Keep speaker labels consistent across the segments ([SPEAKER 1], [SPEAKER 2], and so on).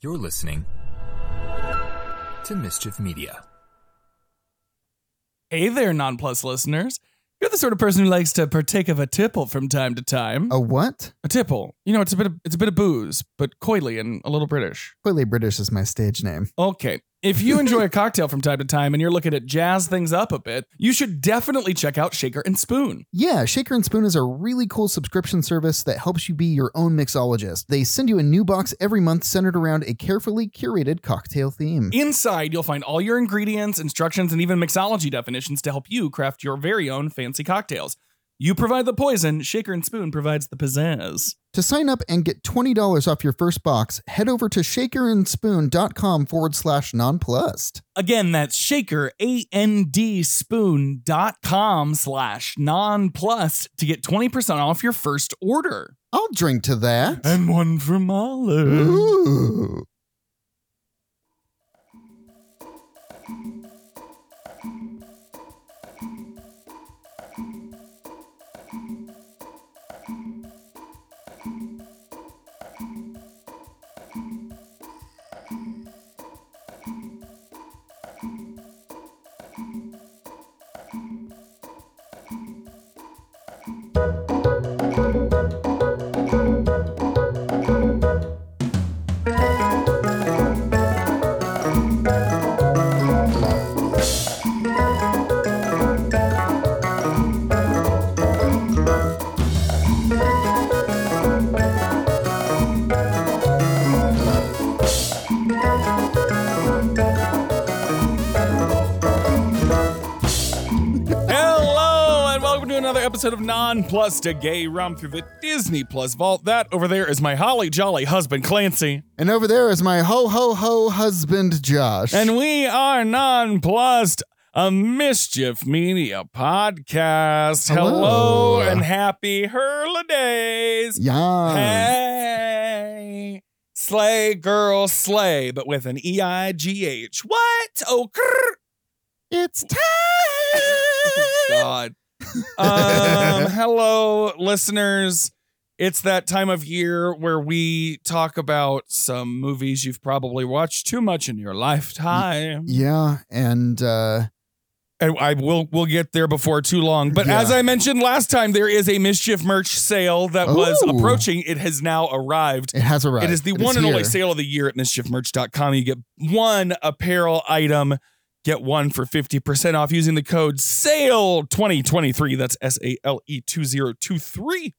[SPEAKER 1] You're listening to Mischief Media.
[SPEAKER 2] Hey there, Nonplus listeners. You're the sort of person who likes to partake of a tipple from time to time.
[SPEAKER 3] A what?
[SPEAKER 2] A tipple. You know, it's a bit of, it's a bit of booze, but coyly and a little British.
[SPEAKER 3] Clearly, British is my stage name.
[SPEAKER 2] Okay. If you enjoy a cocktail from time to time and you're looking to jazz things up a bit, you should definitely check out Shaker and Spoon.
[SPEAKER 3] Yeah, Shaker and Spoon is a really cool subscription service that helps you be your own mixologist. They send you a new box every month centered around a carefully curated cocktail theme.
[SPEAKER 2] Inside, you'll find all your ingredients, instructions, and even mixology definitions to help you craft your very own fancy cocktails. You provide the poison, Shaker and Spoon provides the pizzazz.
[SPEAKER 3] To sign up and get $20 off your first box, head over to shakerandspoon.com forward slash nonplussed.
[SPEAKER 2] Again, that's shaker, A-N-D, spoon dot com slash nonplus to get 20% off your first order.
[SPEAKER 3] I'll drink to that.
[SPEAKER 2] And one from Olive.
[SPEAKER 3] Ooh.
[SPEAKER 2] Hello, and welcome to another episode of Nonplus, a gay rum through the Disney Plus vault. That over there is my holly jolly husband, Clancy.
[SPEAKER 3] And over there is my ho ho ho husband, Josh.
[SPEAKER 2] And we are Nonplussed, a Mischief Media podcast. Hello,
[SPEAKER 3] Hello.
[SPEAKER 2] and happy holidays.
[SPEAKER 3] yeah.
[SPEAKER 2] Hey, slay girl, slay, but with an E I G H. What? Oh, grr.
[SPEAKER 3] It's time.
[SPEAKER 2] God. Um, hello, listeners. It's that time of year where we talk about some movies you've probably watched too much in your lifetime.
[SPEAKER 3] Yeah, and uh,
[SPEAKER 2] And I will we'll get there before too long. But
[SPEAKER 3] Yeah.
[SPEAKER 2] as I mentioned last time, there is a mischief merch sale that was
[SPEAKER 3] Ooh.
[SPEAKER 2] approaching. It has now arrived.
[SPEAKER 3] it has arrived.
[SPEAKER 2] It is the one and only
[SPEAKER 3] here.
[SPEAKER 2] sale of the year at mischiefmerch.com. You get one apparel item, get one for 50% off using the code SALE2023. E That's S A L E 2023.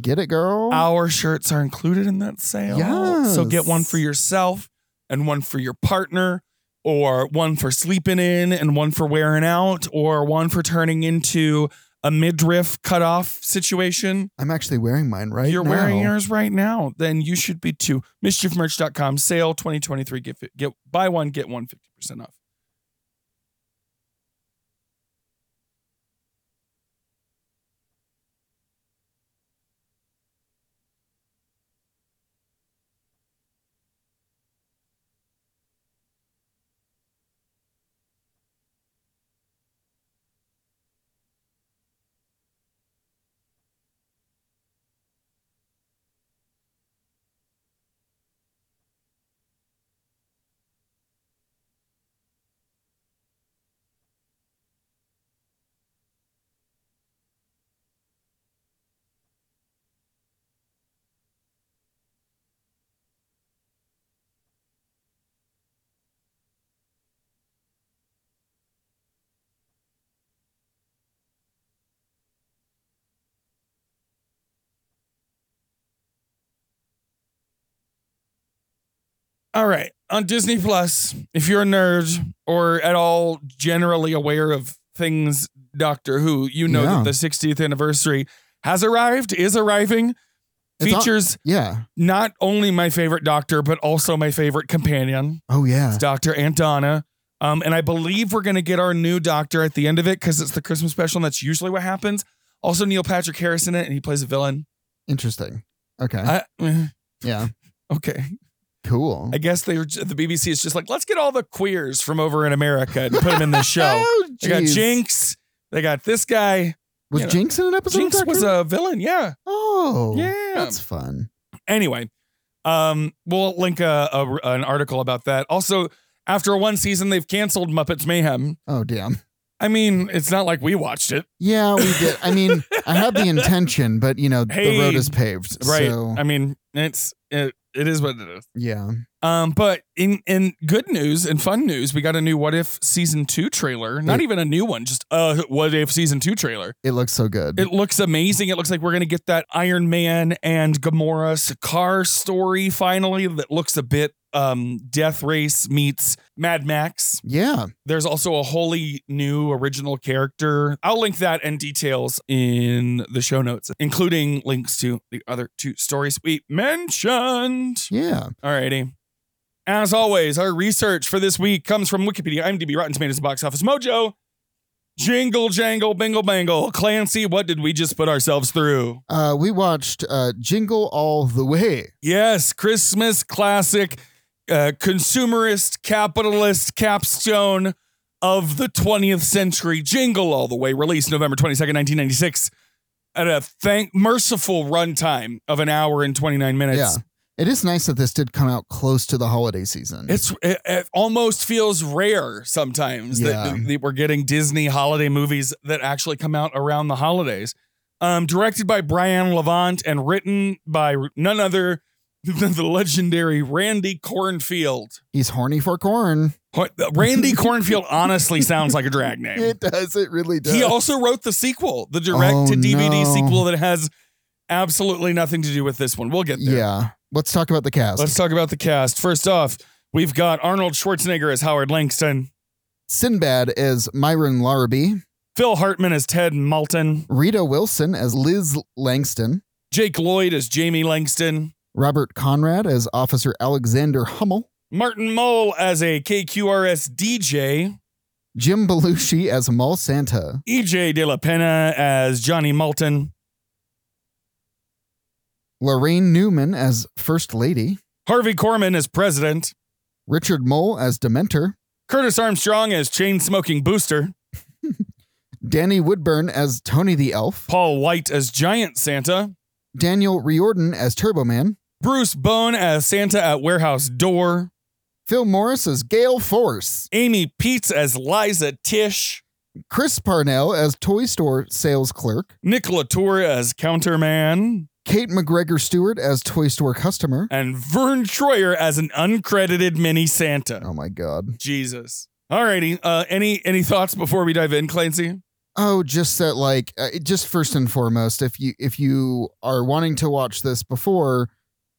[SPEAKER 3] Get it, girl.
[SPEAKER 2] Our shirts are included in that sale. So get one
[SPEAKER 3] Yes.
[SPEAKER 2] for yourself and one for your partner, or one for sleeping in and one for wearing out, or one for turning into a midriff cutoff situation
[SPEAKER 3] I'm actually wearing mine right
[SPEAKER 2] you're
[SPEAKER 3] now.
[SPEAKER 2] wearing yours right now, then you should be too. Mischiefmerch.com sale 2023 get fi- get buy one get one 50% off. All right, on Disney Plus, if you're a nerd or at all generally aware of things Doctor Who, you know
[SPEAKER 3] Yeah.
[SPEAKER 2] that the 60th anniversary has arrived, is arriving.
[SPEAKER 3] It's on-
[SPEAKER 2] Features
[SPEAKER 3] Yeah.
[SPEAKER 2] not only my favorite doctor, but also my favorite companion.
[SPEAKER 3] Oh yeah.
[SPEAKER 2] It's Dr. Aunt Donna. Um, and I believe we're going to get our new doctor at the end of it because it's the Christmas special, and that's usually what happens. Also, Neil Patrick Harris in it, and he plays a villain.
[SPEAKER 3] Interesting. Okay.
[SPEAKER 2] I, eh,
[SPEAKER 3] yeah.
[SPEAKER 2] okay.
[SPEAKER 3] Cool.
[SPEAKER 2] I guess they were, the BBC is just like, let's get all the queers from over in America and put them in this show.
[SPEAKER 3] Oh,
[SPEAKER 2] they got
[SPEAKER 3] jeez.
[SPEAKER 2] Jinx. They got this guy.
[SPEAKER 3] Was
[SPEAKER 2] you know,
[SPEAKER 3] Jinx in an episode?
[SPEAKER 2] Jinx
[SPEAKER 3] of Doctor
[SPEAKER 2] was
[SPEAKER 3] Who?
[SPEAKER 2] a villain. Yeah.
[SPEAKER 3] Oh.
[SPEAKER 2] Yeah.
[SPEAKER 3] That's fun.
[SPEAKER 2] Anyway, Um, we'll link a, a- an article about that. Also, after one season, they've canceled Muppets Mayhem.
[SPEAKER 3] Oh, damn.
[SPEAKER 2] I mean, it's not like we watched it,
[SPEAKER 3] Yeah, we did. I mean, I had the intention, but you know,
[SPEAKER 2] Hey,
[SPEAKER 3] the road is paved.
[SPEAKER 2] right?
[SPEAKER 3] So,
[SPEAKER 2] I mean, it's it, it is what it is.
[SPEAKER 3] yeah.
[SPEAKER 2] Um, but in in good news and fun news, we got a new What If season two trailer. Not
[SPEAKER 3] It-
[SPEAKER 2] even a new one, just a What If season two trailer.
[SPEAKER 3] It looks so good.
[SPEAKER 2] It looks amazing. It looks like we're gonna get that Iron Man and Gamora Sakaar story finally. That looks a bit um Death Race meets Mad Max.
[SPEAKER 3] yeah.
[SPEAKER 2] There's also a wholly new original character. I'll link that and details in the show notes, including links to the other two stories we mentioned.
[SPEAKER 3] Yeah.
[SPEAKER 2] Alrighty. As always, our research for this week comes from Wikipedia, IMDb, Rotten Tomatoes, and Box Office Mojo. Jingle jangle, bingle bangle. Clancy, what did we just put ourselves through?
[SPEAKER 3] Uh, we watched uh, Jingle All the Way.
[SPEAKER 2] Yes, Christmas classic, uh, consumerist, capitalist capstone of the 20th century. Jingle all the way, released November 22nd, 1996, at a thank merciful runtime of an hour and 29 minutes.
[SPEAKER 3] yeah. It is nice that this did come out close to the holiday season.
[SPEAKER 2] It's it, it almost feels rare sometimes
[SPEAKER 3] Yeah.
[SPEAKER 2] that, that we're getting Disney holiday movies that actually come out around the holidays. Um, directed by Brian Levant and written by none other than the legendary Randy Cornfield.
[SPEAKER 3] He's horny for corn.
[SPEAKER 2] What- uh, Randy Cornfield honestly sounds like a drag name.
[SPEAKER 3] It does. It really does. Oh,
[SPEAKER 2] He also wrote the sequel, the direct to DVD
[SPEAKER 3] no.
[SPEAKER 2] sequel that has absolutely nothing to do with this one. We'll get there.
[SPEAKER 3] yeah. Let's talk about the cast.
[SPEAKER 2] Let's talk about the cast. First off, we've got Arnold Schwarzenegger as Howard Langston.
[SPEAKER 3] Sinbad as Myron Larrabee,
[SPEAKER 2] Phil Hartman as Ted Malton.
[SPEAKER 3] Rita Wilson as Liz Langston,
[SPEAKER 2] Jake Lloyd as Jamie Langston.
[SPEAKER 3] Robert Conrad as Officer Alexander Hummel,
[SPEAKER 2] Martin Mole as a KQRS DJ.
[SPEAKER 3] Jim Belushi as Mall Santa,
[SPEAKER 2] EJ E De La Pena as Johnny Malton.
[SPEAKER 3] Lorraine Newman as First Lady,
[SPEAKER 2] Harvey Korman as president.
[SPEAKER 3] Richard Mole as Dementor,
[SPEAKER 2] Curtis Armstrong as chain smoking booster.
[SPEAKER 3] Danny Woodburn as Tony the Elf,
[SPEAKER 2] Paul White as giant Santa.
[SPEAKER 3] Daniel Riordan as Turbo Man,
[SPEAKER 2] Bruce Bone as Santa at warehouse door.
[SPEAKER 3] Phil Morris as Gale Force,
[SPEAKER 2] Amy Peets as Liza Tish.
[SPEAKER 3] Chris Parnell as Toy Store Sales Clerk,
[SPEAKER 2] Nick Latour as counterman.
[SPEAKER 3] Kate McGregor Stewart as Toy Store Customer.
[SPEAKER 2] And Vern Troyer as an uncredited mini Santa.
[SPEAKER 3] Oh my God.
[SPEAKER 2] Jesus. Alrighty. Uh, any any thoughts before we dive in, Clancy?
[SPEAKER 3] Oh, just that, like, uh, just first and foremost, if you if you are wanting to watch this before,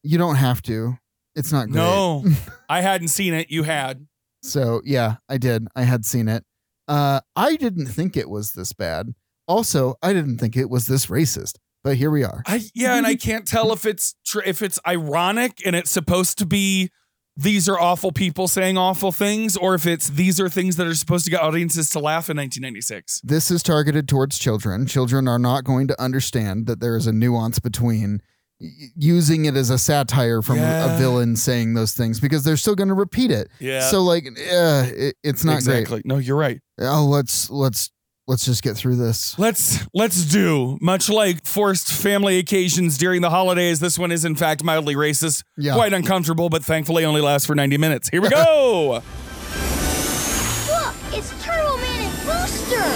[SPEAKER 3] you don't have to. It's not great.
[SPEAKER 2] No, I hadn't seen it. You had.
[SPEAKER 3] So yeah, I did. I had seen it. Uh, I didn't think it was this bad. Also, I didn't think it was this racist. But here we are.
[SPEAKER 2] I yeah, and I can't tell if it's tr- if it's ironic and it's supposed to be these are awful people saying awful things, or if it's these are things that are supposed to get audiences to laugh in 1996.
[SPEAKER 3] This is targeted towards children. Children are not going to understand that there is a nuance between y- using it as a satire from a-
[SPEAKER 2] Yeah.
[SPEAKER 3] a villain saying those things because they're still going to repeat it.
[SPEAKER 2] Yeah.
[SPEAKER 3] So like, uh, it, it's not great.
[SPEAKER 2] exactly. No, you're right.
[SPEAKER 3] oh let's let's let's just get through this
[SPEAKER 2] Let's let's do much like forced family occasions during the holidays. This one is in fact mildly racist,
[SPEAKER 3] yeah
[SPEAKER 2] quite uncomfortable, but thankfully only lasts for 90 minutes. Here we go.
[SPEAKER 4] Look, it's Turtle Man and Booster!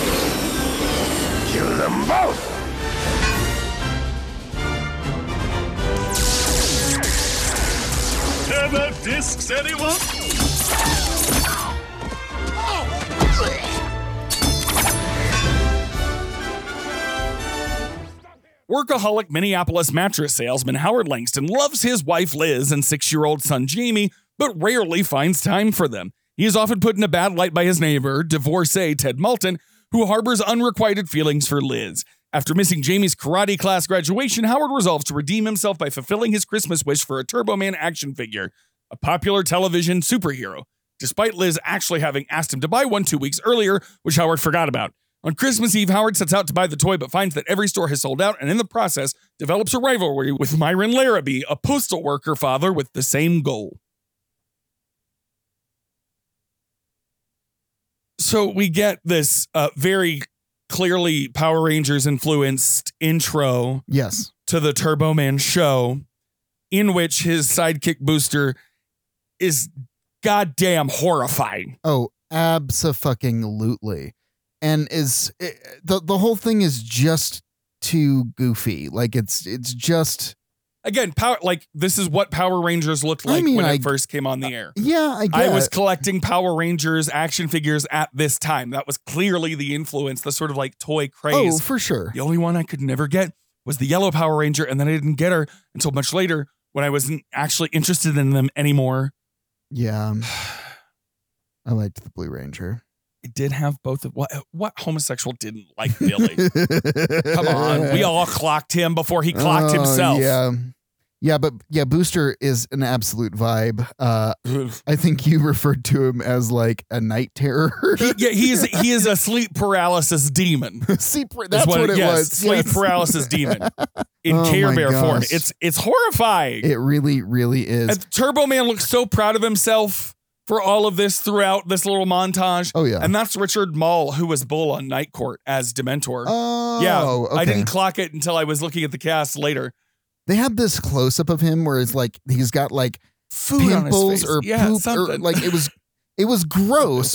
[SPEAKER 5] Kill them both!
[SPEAKER 6] Ever discs, anyone?
[SPEAKER 4] Oh.
[SPEAKER 2] Workaholic Minneapolis mattress salesman Howard Langston loves his wife Liz and six year old son Jamie, but rarely finds time for them. He is often put in a bad light by his neighbor, divorcee Ted Malton, who harbors unrequited feelings for Liz. After missing Jamie's karate class graduation, Howard resolves to redeem himself by fulfilling his Christmas wish for a Turbo Man action figure, a popular television superhero, despite Liz actually having asked him to buy one two weeks earlier, which Howard forgot about. On Christmas Eve, Howard sets out to buy the toy but finds that every store has sold out and in the process develops a rivalry with Myron Larrabee, a postal worker father with the same goal. So we get this uh, very clearly Power Rangers influenced intro
[SPEAKER 3] yes
[SPEAKER 2] to the Turbo Man show. in which his sidekick Booster is goddamn horrifying.
[SPEAKER 3] Oh, absolutely. And is it, the the whole thing is just too goofy. Like it's it's just
[SPEAKER 2] Again, power like this is what Power Rangers looked
[SPEAKER 3] I
[SPEAKER 2] like
[SPEAKER 3] mean,
[SPEAKER 2] when
[SPEAKER 3] I-
[SPEAKER 2] it first came on the air.
[SPEAKER 3] yeah. I
[SPEAKER 2] I
[SPEAKER 3] guess
[SPEAKER 2] was collecting Power Rangers action figures at this time. That was clearly the influence, the sort of like toy
[SPEAKER 3] oh
[SPEAKER 2] craze.
[SPEAKER 3] for sure.
[SPEAKER 2] The only one I could never get was the yellow Power Ranger, and then I didn't get her until much later when I wasn't actually interested in them anymore.
[SPEAKER 3] Yeah, um, I liked the Blue Ranger.
[SPEAKER 2] It did have both of what what homosexual didn't like Billy. Come on, we all clocked him before he clocked
[SPEAKER 3] Oh,
[SPEAKER 2] himself.
[SPEAKER 3] Yeah. Yeah, but yeah, Booster is an absolute vibe. Uh, I think you referred to him as like a night terror.
[SPEAKER 2] He, yeah, he is he is a sleep paralysis demon. is
[SPEAKER 3] Sleep, that's what, it
[SPEAKER 2] yes,
[SPEAKER 3] was.
[SPEAKER 2] Sleep
[SPEAKER 3] Yes.
[SPEAKER 2] paralysis demon in
[SPEAKER 3] Oh
[SPEAKER 2] Care
[SPEAKER 3] my
[SPEAKER 2] Bear form.
[SPEAKER 3] gosh.
[SPEAKER 2] It's it's horrifying.
[SPEAKER 3] It really, really is.
[SPEAKER 2] And Turbo Man looks so proud of himself for all of this throughout this little montage.
[SPEAKER 3] oh yeah.
[SPEAKER 2] And that's Richard Mall, who was Bull on Night Court as Dementor.
[SPEAKER 3] oh
[SPEAKER 2] yeah,
[SPEAKER 3] Okay.
[SPEAKER 2] I didn't clock it until I was looking at the cast later.
[SPEAKER 3] They had this close up of him where it's like he's got like
[SPEAKER 2] Food on his
[SPEAKER 3] pimples
[SPEAKER 2] face.
[SPEAKER 3] or
[SPEAKER 2] yeah,
[SPEAKER 3] poop or
[SPEAKER 2] something.
[SPEAKER 3] like it was. It was gross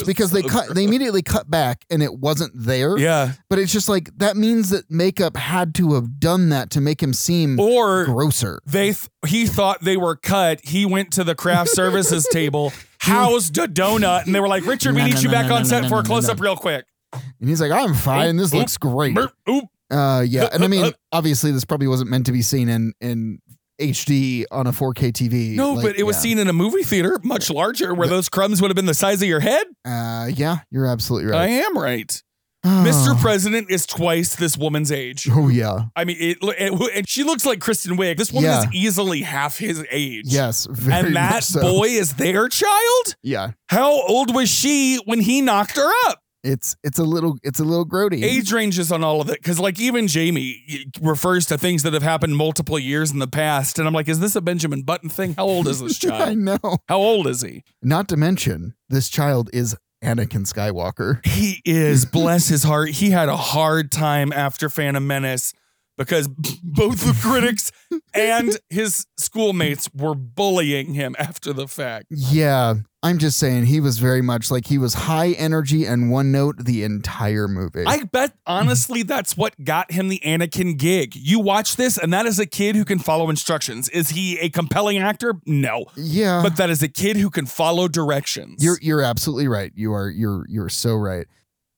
[SPEAKER 2] It was
[SPEAKER 3] because they
[SPEAKER 2] so
[SPEAKER 3] cut. They
[SPEAKER 2] gross.
[SPEAKER 3] immediately cut back, and it wasn't there.
[SPEAKER 2] yeah,
[SPEAKER 3] But it's just like that means that makeup had to have done that to make him seem
[SPEAKER 2] or
[SPEAKER 3] grosser.
[SPEAKER 2] they th- he thought they were cut. He went to the craft services table, housed a donut, and they were like, "Richard, we
[SPEAKER 3] No,
[SPEAKER 2] need
[SPEAKER 3] no,
[SPEAKER 2] you
[SPEAKER 3] no,
[SPEAKER 2] back
[SPEAKER 3] no,
[SPEAKER 2] on
[SPEAKER 3] no,
[SPEAKER 2] set
[SPEAKER 3] no,
[SPEAKER 2] for
[SPEAKER 3] no,
[SPEAKER 2] a
[SPEAKER 3] no,
[SPEAKER 2] close up,
[SPEAKER 3] no.
[SPEAKER 2] real quick."
[SPEAKER 3] And he's like, "I'm fine. This
[SPEAKER 2] Oop,
[SPEAKER 3] looks great."
[SPEAKER 2] Merp, oop.
[SPEAKER 3] Uh, yeah, and I mean,
[SPEAKER 2] Uh,
[SPEAKER 3] obviously, this probably wasn't meant to be seen in in HD on a 4K TV.
[SPEAKER 2] No,
[SPEAKER 3] Like,
[SPEAKER 2] but it was
[SPEAKER 3] yeah.
[SPEAKER 2] seen in a movie theater, much larger, where those crumbs would have been the size of your head.
[SPEAKER 3] Uh, yeah, you're absolutely
[SPEAKER 2] I
[SPEAKER 3] right,
[SPEAKER 2] am right.
[SPEAKER 3] Oh.
[SPEAKER 2] Mr. President is twice this woman's age.
[SPEAKER 3] Oh yeah,
[SPEAKER 2] I mean, it, it- and she looks like Kristen Wiig. This woman
[SPEAKER 3] Yeah.
[SPEAKER 2] is easily half his age.
[SPEAKER 3] yes, very
[SPEAKER 2] and that
[SPEAKER 3] much so.
[SPEAKER 2] boy is their child.
[SPEAKER 3] Yeah,
[SPEAKER 2] How old was she when he knocked her up?
[SPEAKER 3] it's it's a little it's a little grody.
[SPEAKER 2] Age ranges on all of it because, like, even Jamie y- refers to things that have happened multiple years in the past, and I'm like, is this a Benjamin Button thing? How old is this
[SPEAKER 3] I
[SPEAKER 2] child?
[SPEAKER 3] know.
[SPEAKER 2] How old is he?
[SPEAKER 3] Not to mention, this child is Anakin Skywalker.
[SPEAKER 2] He is, bless his heart. He had a hard time after Phantom Menace because b- both the critics and his schoolmates were bullying him after the fact.
[SPEAKER 3] Yeah, I'm just saying he was very much like he was high energy and one note the entire movie.
[SPEAKER 2] I bet honestly that's what got him the Anakin gig. You watch this, and that is a kid who can follow instructions. Is he a compelling actor? No.
[SPEAKER 3] yeah,
[SPEAKER 2] But that is a kid who can follow directions.
[SPEAKER 3] Uh-huh. You're you're absolutely right. You are you're you're so right.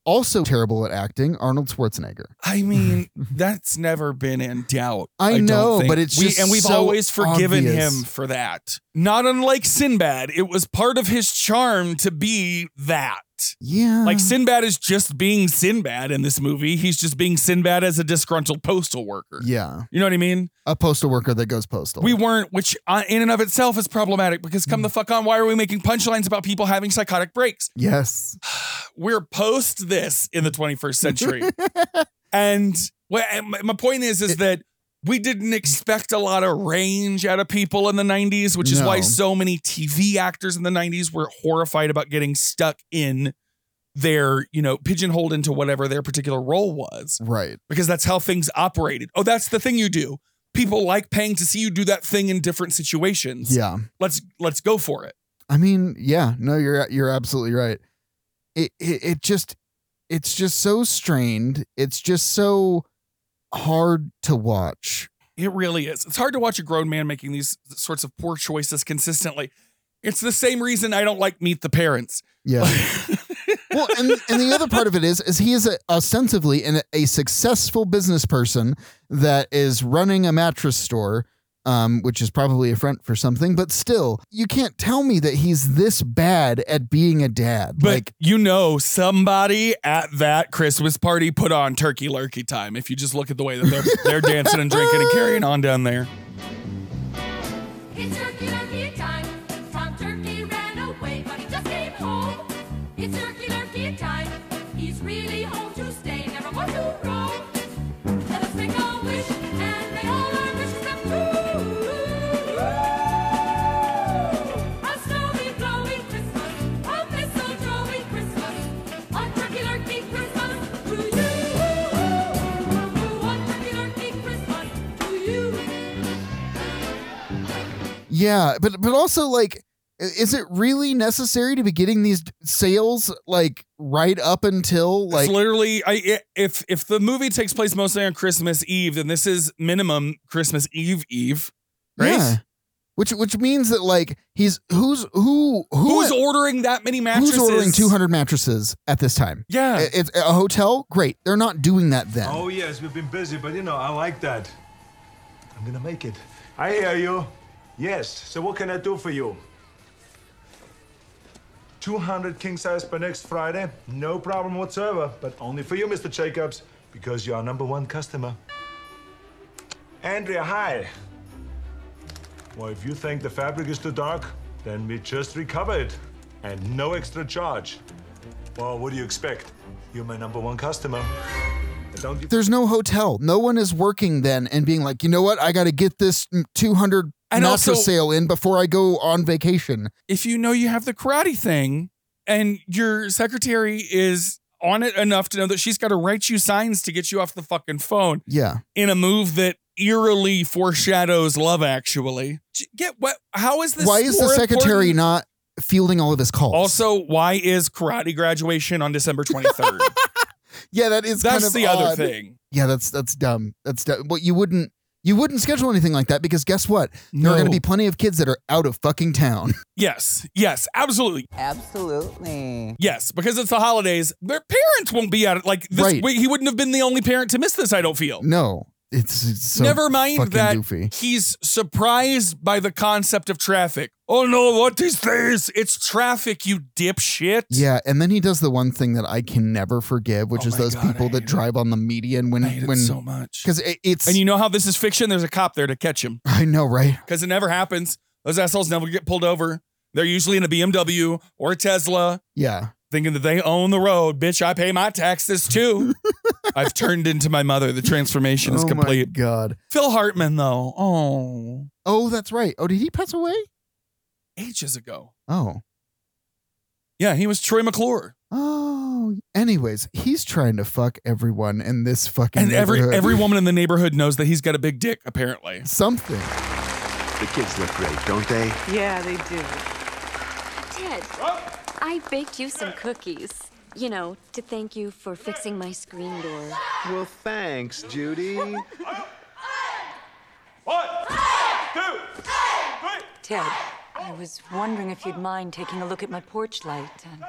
[SPEAKER 3] Also terrible at acting, Arnold Schwarzenegger.
[SPEAKER 2] I mean, that's never been in doubt.
[SPEAKER 3] I
[SPEAKER 2] don't
[SPEAKER 3] know,
[SPEAKER 2] think.
[SPEAKER 3] but it's
[SPEAKER 2] we,
[SPEAKER 3] just
[SPEAKER 2] and we've
[SPEAKER 3] so
[SPEAKER 2] always forgiven
[SPEAKER 3] obvious.
[SPEAKER 2] him for that. Not unlike Sinbad, it was part of his charm to be that.
[SPEAKER 3] Yeah.
[SPEAKER 2] Like Sinbad is just being Sinbad in this movie. He's just being Sinbad as a disgruntled postal worker.
[SPEAKER 3] Yeah. Oh.
[SPEAKER 2] You know what I mean?
[SPEAKER 3] A postal worker that goes postal.
[SPEAKER 2] We weren't, which uh, in and of itself is problematic because
[SPEAKER 3] Mm.
[SPEAKER 2] come the fuck on, why are we making punchlines about people having psychotic breaks?
[SPEAKER 3] Yes.
[SPEAKER 2] We're post this in the 21st century. and well, and my my point is, is
[SPEAKER 3] It-
[SPEAKER 2] that we didn't expect a lot of range out of people in the 90s, which is why
[SPEAKER 3] No.
[SPEAKER 2] so many TV actors in the 90s were horrified about getting stuck in their, you know, pigeonholed into whatever their particular role was
[SPEAKER 3] Right.
[SPEAKER 2] because that's how things operated. Oh, that's the thing you do. People like paying to see you do that thing in different situations.
[SPEAKER 3] Yeah.
[SPEAKER 2] Let's let's go for it.
[SPEAKER 3] I mean, yeah. No, you're you're absolutely right. It it, it just it's just so strained. It's just so hard to watch.
[SPEAKER 2] It really is. It's hard to watch a grown man making these sorts of poor choices consistently. It's the same reason I don't like Meet the Parents.
[SPEAKER 3] Yeah. well, and and the other part of it is is he is a, ostensibly an, a successful business person that is running a mattress store, um, which is probably a front for something. But still, you can't tell me that he's this bad at being a dad.
[SPEAKER 2] But
[SPEAKER 3] like,
[SPEAKER 2] you know, somebody at that Christmas party put on turkey lurkey time. If you just look at the way that they're they're dancing and drinking and carrying on down there.
[SPEAKER 7] It's turkey lurkey time. From turkey ran away, but he just came home. It's turkey lurkey time. He's really home to stay, never more to roam. Let us make a wish, and may all our wishes come true. A snowy, blowing Christmas, a mistletoe Christmas, a turkey lurkey Christmas to you. A turkey lurkey Christmas to you.
[SPEAKER 3] Yeah, but but also like i- is it really necessary to be getting these sales like right up until like
[SPEAKER 2] it's literally, I i- if if the movie takes place mostly on Christmas Eve, then this is minimum Christmas Eve Eve, right?
[SPEAKER 3] Yeah. Which which means that like he's who's who who
[SPEAKER 2] Who's ordering that many mattresses?
[SPEAKER 3] who's ordering 200 mattresses at this time?
[SPEAKER 2] Yeah,
[SPEAKER 3] I- It's a hotel? Great. They're not doing that then.
[SPEAKER 8] Oh, yes, we've been busy, but you know, I like that. I'm gonna make it. I hear you. Yes, so what can I do for you? 200 king size by next Friday? No problem whatsoever, but only for you, Mr. Jacobs, because you're our number one customer. Andrea, hi. Well, if you think the fabric is too dark, then we just recover it. And no extra charge. Well, what do you expect? You're my number one customer. And Don't you
[SPEAKER 3] There's no hotel. No one is working then and being like, you know what? I got to get this 200
[SPEAKER 2] And
[SPEAKER 3] not for
[SPEAKER 2] also-
[SPEAKER 3] sale in before I go on vacation.
[SPEAKER 2] if you know you have the karate thing and your secretary is on it enough to know that she's got to write you signs to get you off the fucking phone
[SPEAKER 3] Yeah.
[SPEAKER 2] in a move that eerily foreshadows love actually J- get what how is this
[SPEAKER 3] Why is the
[SPEAKER 2] more
[SPEAKER 3] secretary
[SPEAKER 2] important?
[SPEAKER 3] not fielding all of his calls?
[SPEAKER 2] also why is karate graduation on december 23rd
[SPEAKER 3] yeah, that is
[SPEAKER 2] that's
[SPEAKER 3] kind of
[SPEAKER 2] the
[SPEAKER 3] odd.
[SPEAKER 2] other thing
[SPEAKER 3] Yeah, that's that's dumb. That's dumb. Well, you wouldn't you wouldn't schedule anything like that because guess what? There
[SPEAKER 2] No.
[SPEAKER 3] are going to be plenty of kids that are out of fucking town.
[SPEAKER 2] yes yes absolutely
[SPEAKER 9] Absolutely.
[SPEAKER 2] yes because it's the holidays their parents won't be at it like this
[SPEAKER 3] Right.
[SPEAKER 2] wait, he wouldn't have been the only parent to miss this i don't feel
[SPEAKER 3] No, it's, it's so
[SPEAKER 2] Oh. Never mind
[SPEAKER 3] fucking
[SPEAKER 2] that
[SPEAKER 3] goofy.
[SPEAKER 2] he's surprised by the concept of traffic. Oh no, what is this? It's traffic, you dipshit.
[SPEAKER 3] Yeah, and then he does the one thing that I can never forgive, which
[SPEAKER 2] Oh
[SPEAKER 3] is
[SPEAKER 2] my
[SPEAKER 3] those
[SPEAKER 2] God,
[SPEAKER 3] people
[SPEAKER 2] I
[SPEAKER 3] that
[SPEAKER 2] hate it.
[SPEAKER 3] drive on the median when
[SPEAKER 2] I hate
[SPEAKER 3] when
[SPEAKER 2] it so much.
[SPEAKER 3] because it, it's
[SPEAKER 2] And you know how this is fiction? There's a cop there to catch him
[SPEAKER 3] I know right.
[SPEAKER 2] because it never happens. Those assholes never get pulled over. They're usually in a BMW or a Tesla
[SPEAKER 3] Yeah,
[SPEAKER 2] thinking that they own the road. Bitch, I pay my taxes too. I've turned into my mother. The transformation is
[SPEAKER 3] oh
[SPEAKER 2] complete.
[SPEAKER 3] my god.
[SPEAKER 2] Phil Hartman, though. Oh,
[SPEAKER 3] Oh, that's right. Oh, did he pass away?
[SPEAKER 2] ages ago.
[SPEAKER 3] Oh,
[SPEAKER 2] Yeah, he was Troy McClure.
[SPEAKER 3] oh. Anyways, he's trying to fuck everyone in this fucking
[SPEAKER 2] And every
[SPEAKER 3] neighborhood.
[SPEAKER 2] every woman in the neighborhood knows that he's got a big dick, apparently.
[SPEAKER 3] something.
[SPEAKER 5] The kids look great, don't they?
[SPEAKER 10] Yeah, they do.
[SPEAKER 11] Ted, I baked you some cookies. You know, to thank you for fixing my screen door.
[SPEAKER 5] Well, thanks, Judy.
[SPEAKER 10] Ted, I was wondering if you'd mind taking a look at my porch light. Um,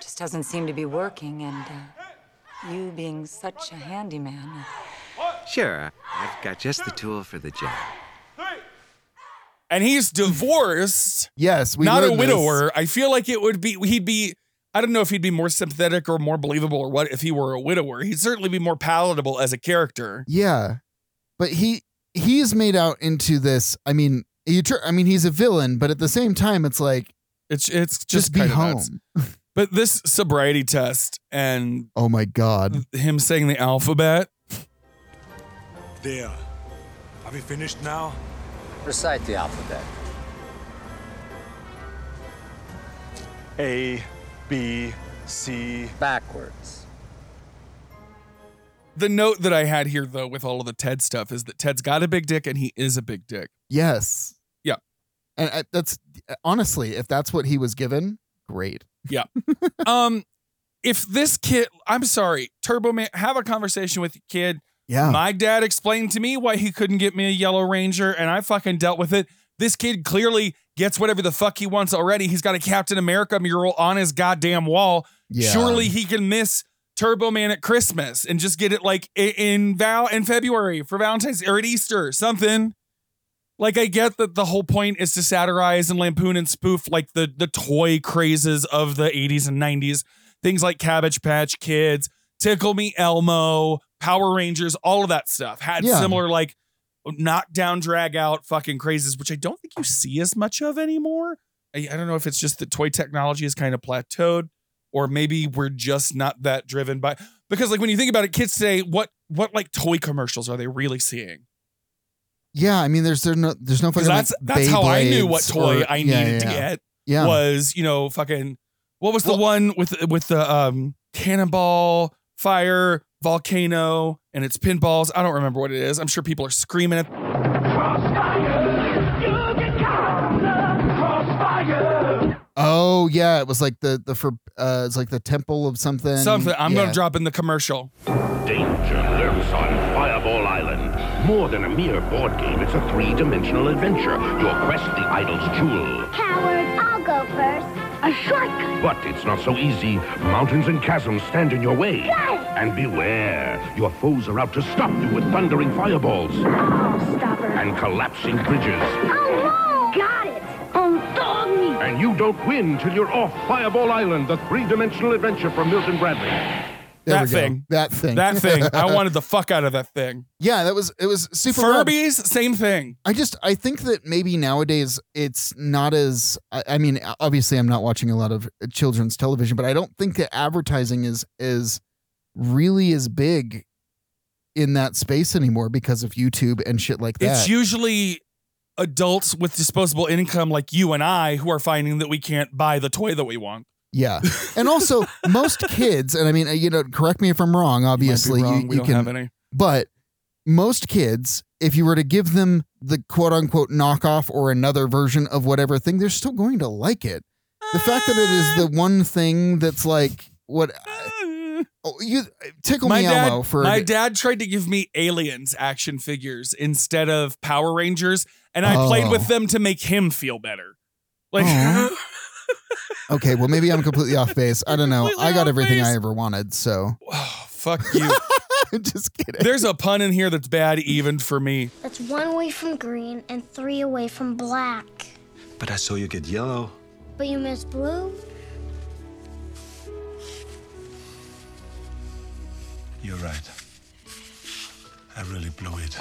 [SPEAKER 10] just doesn't seem to be working, and uh, you being such a handyman.
[SPEAKER 5] Sure, I've got just the tool for the job.
[SPEAKER 2] and he's divorced,
[SPEAKER 3] Yes, we
[SPEAKER 2] not a
[SPEAKER 3] learned this.
[SPEAKER 2] widower. I feel like it would be he'd be I don't know if he'd be more sympathetic or more believable or what if he were a widower. He'd certainly be more palatable as a character.
[SPEAKER 3] Yeah, but he he is made out into this. I mean, you. Tr- I mean, he's a villain, but at the same time, it's like
[SPEAKER 2] It's it's just,
[SPEAKER 3] just, be
[SPEAKER 2] kind of
[SPEAKER 3] home.
[SPEAKER 2] nuts. But this sobriety test and
[SPEAKER 3] Oh my god.
[SPEAKER 2] him saying the alphabet,
[SPEAKER 8] There. Are we finished now?
[SPEAKER 9] Recite the alphabet.
[SPEAKER 8] A, B, C.
[SPEAKER 9] Backwards.
[SPEAKER 2] the note that I had here though with all of the Ted stuff is that Ted's got a big dick and he is a big dick.
[SPEAKER 3] Yes.
[SPEAKER 2] Yeah.
[SPEAKER 3] And I, that's honestly, if that's what he was given, great.
[SPEAKER 2] um if this kid I'm sorry, Turbo Man have a conversation with your kid
[SPEAKER 3] Yeah.
[SPEAKER 2] My dad explained to me why he couldn't get me a Yellow Ranger, and I fucking dealt with it. This kid clearly gets whatever the fuck he wants already. He's got a Captain America mural on his goddamn wall.
[SPEAKER 3] yeah.
[SPEAKER 2] Surely he can miss Turbo Man at Christmas and just get it like i- in Val in February for Valentine's or at Easter, something. Like I get that the whole point is to satirize and lampoon and spoof like the the toy crazes of the 80s and 90s, things like Cabbage Patch Kids, Tickle Me Elmo, Power Rangers, all of that stuff had
[SPEAKER 3] Yeah.
[SPEAKER 2] similar like knockdown drag out fucking crazes, which I don't think you see as much of anymore. I, I don't know if it's just that toy technology is kind of plateaued or maybe we're just not that driven by because like when you think about it kids say what what like toy commercials are they really seeing
[SPEAKER 3] Yeah. I mean, there's there no there's no
[SPEAKER 2] because
[SPEAKER 3] fucking.
[SPEAKER 2] that's
[SPEAKER 3] like,
[SPEAKER 2] that's how i knew
[SPEAKER 3] Beyblades
[SPEAKER 2] what toy
[SPEAKER 3] or-
[SPEAKER 2] i
[SPEAKER 3] yeah,
[SPEAKER 2] needed
[SPEAKER 3] yeah,
[SPEAKER 2] to get
[SPEAKER 3] Yeah.
[SPEAKER 2] was you know fucking what was the
[SPEAKER 3] Well-
[SPEAKER 2] one with with the um cannonball fire volcano and it's pinballs i don't remember what it is i'm sure people are screaming at
[SPEAKER 7] Crossfire! You can
[SPEAKER 3] Oh yeah, it was like the the for uh, it's like the temple of something.
[SPEAKER 2] Something. I'm
[SPEAKER 3] Yeah.
[SPEAKER 2] going to drop in the commercial.
[SPEAKER 12] Danger lurks on Fireball Island. More than a mere board game, it's a three-dimensional adventure to quest the idol's jewel.
[SPEAKER 4] Coward, I'll go first. A shortcut.
[SPEAKER 12] But it's not so easy. Mountains and chasms stand in your way. And beware, your foes are out to stop you with thundering fireballs. And collapsing bridges.
[SPEAKER 4] Oh no! Got it. Undog
[SPEAKER 10] uh,
[SPEAKER 4] me.
[SPEAKER 12] And you don't win till you're off Fireball Island, the three-dimensional adventure from Milton Bradley.
[SPEAKER 3] There
[SPEAKER 2] that
[SPEAKER 3] we go.
[SPEAKER 2] thing.
[SPEAKER 3] That thing.
[SPEAKER 2] That thing. I wanted the fuck out of that thing.
[SPEAKER 3] Yeah, that was it was super rad.
[SPEAKER 2] Furbies, same thing.
[SPEAKER 3] I just I think that maybe nowadays it's not as I, I mean obviously I'm not watching a lot of uh, children's television, but I don't think that advertising is is really as big in that space anymore because of YouTube and shit like that.
[SPEAKER 2] It's usually adults with disposable income like you and I who are finding that we can't buy the toy that we want.
[SPEAKER 3] Yeah. And also, most kids, and I mean, uh, you know, correct me if I'm wrong, obviously,
[SPEAKER 2] wrong.
[SPEAKER 3] you,
[SPEAKER 2] We
[SPEAKER 3] you
[SPEAKER 2] don't
[SPEAKER 3] can,
[SPEAKER 2] have any.
[SPEAKER 3] but most kids, if you were to give them the quote unquote knockoff or another version of whatever thing, they're still going to like it. The fact that it is
[SPEAKER 2] Ah.
[SPEAKER 3] the one thing that's like, what uh, oh, you tickle
[SPEAKER 2] my
[SPEAKER 3] me
[SPEAKER 2] dad,
[SPEAKER 3] Elmo for
[SPEAKER 2] my dad tried to give me aliens action figures instead of Power Rangers, and I played
[SPEAKER 3] Oh.
[SPEAKER 2] with them to make him feel better. Like
[SPEAKER 3] Oh. okay. Well, maybe I'm completely off base. I don't know.
[SPEAKER 2] Completely
[SPEAKER 3] I got
[SPEAKER 2] off
[SPEAKER 3] everything I
[SPEAKER 2] base.
[SPEAKER 3] ever wanted. So
[SPEAKER 2] fuck you.
[SPEAKER 3] just kidding.
[SPEAKER 2] There's a pun in here that's bad even for me.
[SPEAKER 4] That's one away from green and three away from black.
[SPEAKER 8] But I saw you get yellow.
[SPEAKER 4] But you missed blue.
[SPEAKER 8] You're right. I really blew it.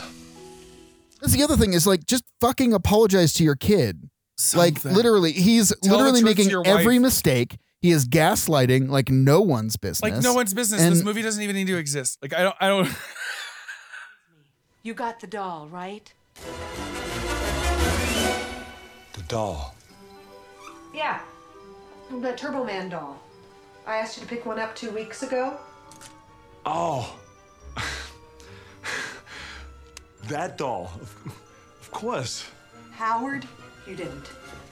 [SPEAKER 3] That's the other thing is like just fucking apologize to your kid. Like
[SPEAKER 2] Something.
[SPEAKER 3] literally, he's
[SPEAKER 2] Tell the
[SPEAKER 3] literally
[SPEAKER 2] truth to
[SPEAKER 3] making
[SPEAKER 2] your
[SPEAKER 3] every
[SPEAKER 2] wife.
[SPEAKER 3] mistake. He is gaslighting like no one's business.
[SPEAKER 2] Like no one's business.
[SPEAKER 3] And
[SPEAKER 2] this movie doesn't even need to exist. Like I don't I don't
[SPEAKER 10] You got the doll, right?
[SPEAKER 8] The doll.
[SPEAKER 13] Yeah. That Turbo Man doll. I asked you to pick one up two weeks ago.
[SPEAKER 8] Oh. that doll. Of, of course.
[SPEAKER 13] Howard, you didn't.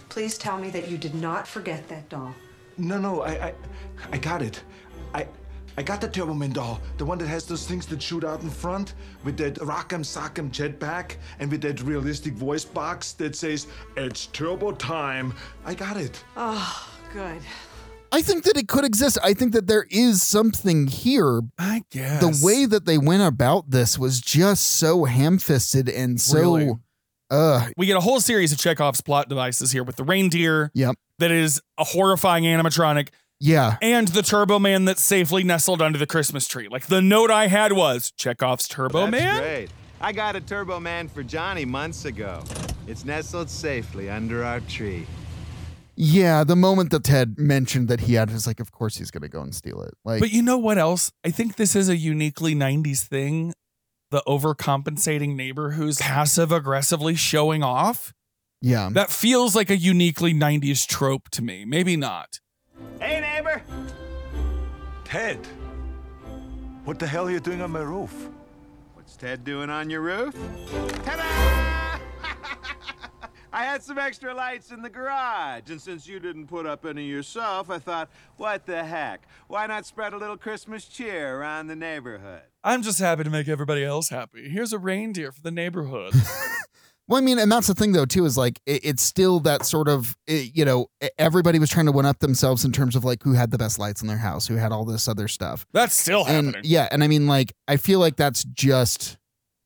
[SPEAKER 13] Please tell me that you did not forget that doll.
[SPEAKER 8] No, no, I, I, I got it. I, I got the Turbo Man doll, the one that has those things that shoot out in front, with that Rock'em Sock'em jetpack, and with that realistic voice box that says "It's Turbo Time." I got it.
[SPEAKER 13] Oh, good.
[SPEAKER 3] I think that it could exist. I think that there is something here.
[SPEAKER 2] I guess
[SPEAKER 3] The way that they went about this was just so ham-fisted and so.
[SPEAKER 2] Really?
[SPEAKER 3] Uh,
[SPEAKER 2] we get a whole series of Chekhov's plot devices here with the reindeer
[SPEAKER 3] yep.
[SPEAKER 2] that is a horrifying animatronic
[SPEAKER 3] Yeah.
[SPEAKER 2] and the Turbo Man that's safely nestled under the Christmas tree. Like the note I had was Chekhov's Turbo
[SPEAKER 5] That's
[SPEAKER 2] Man.
[SPEAKER 5] great. I got a Turbo Man for Johnny months ago. It's nestled safely under our tree.
[SPEAKER 3] Yeah. The moment that Ted mentioned that he had, it was like, of course he's going to go and steal it. Like,
[SPEAKER 2] But you know what else? I think this is a uniquely 90s thing. The overcompensating neighbor who's passive aggressively showing off.
[SPEAKER 3] Mm-hmm. yeah.
[SPEAKER 2] That feels like a uniquely 90s trope to me. Maybe not.
[SPEAKER 5] Hey, neighbor!
[SPEAKER 8] Ted, what the hell are you doing on my roof?
[SPEAKER 5] What's Ted doing on your roof? Ta-da! I had some extra lights in the garage, and since you didn't put up any yourself, I thought, what the heck? Why not spread a little Christmas cheer around the neighborhood?
[SPEAKER 2] I'm just happy to make everybody else happy. Here's a reindeer for the neighborhood.
[SPEAKER 3] Well, I mean, and that's the thing though too is like it, it's still that sort of it, you know e- everybody was trying to one up themselves in terms of like who had the best lights in their house, who had all this other stuff,
[SPEAKER 2] That's still
[SPEAKER 3] and
[SPEAKER 2] happening.
[SPEAKER 3] yeah, and I mean like I feel like that's just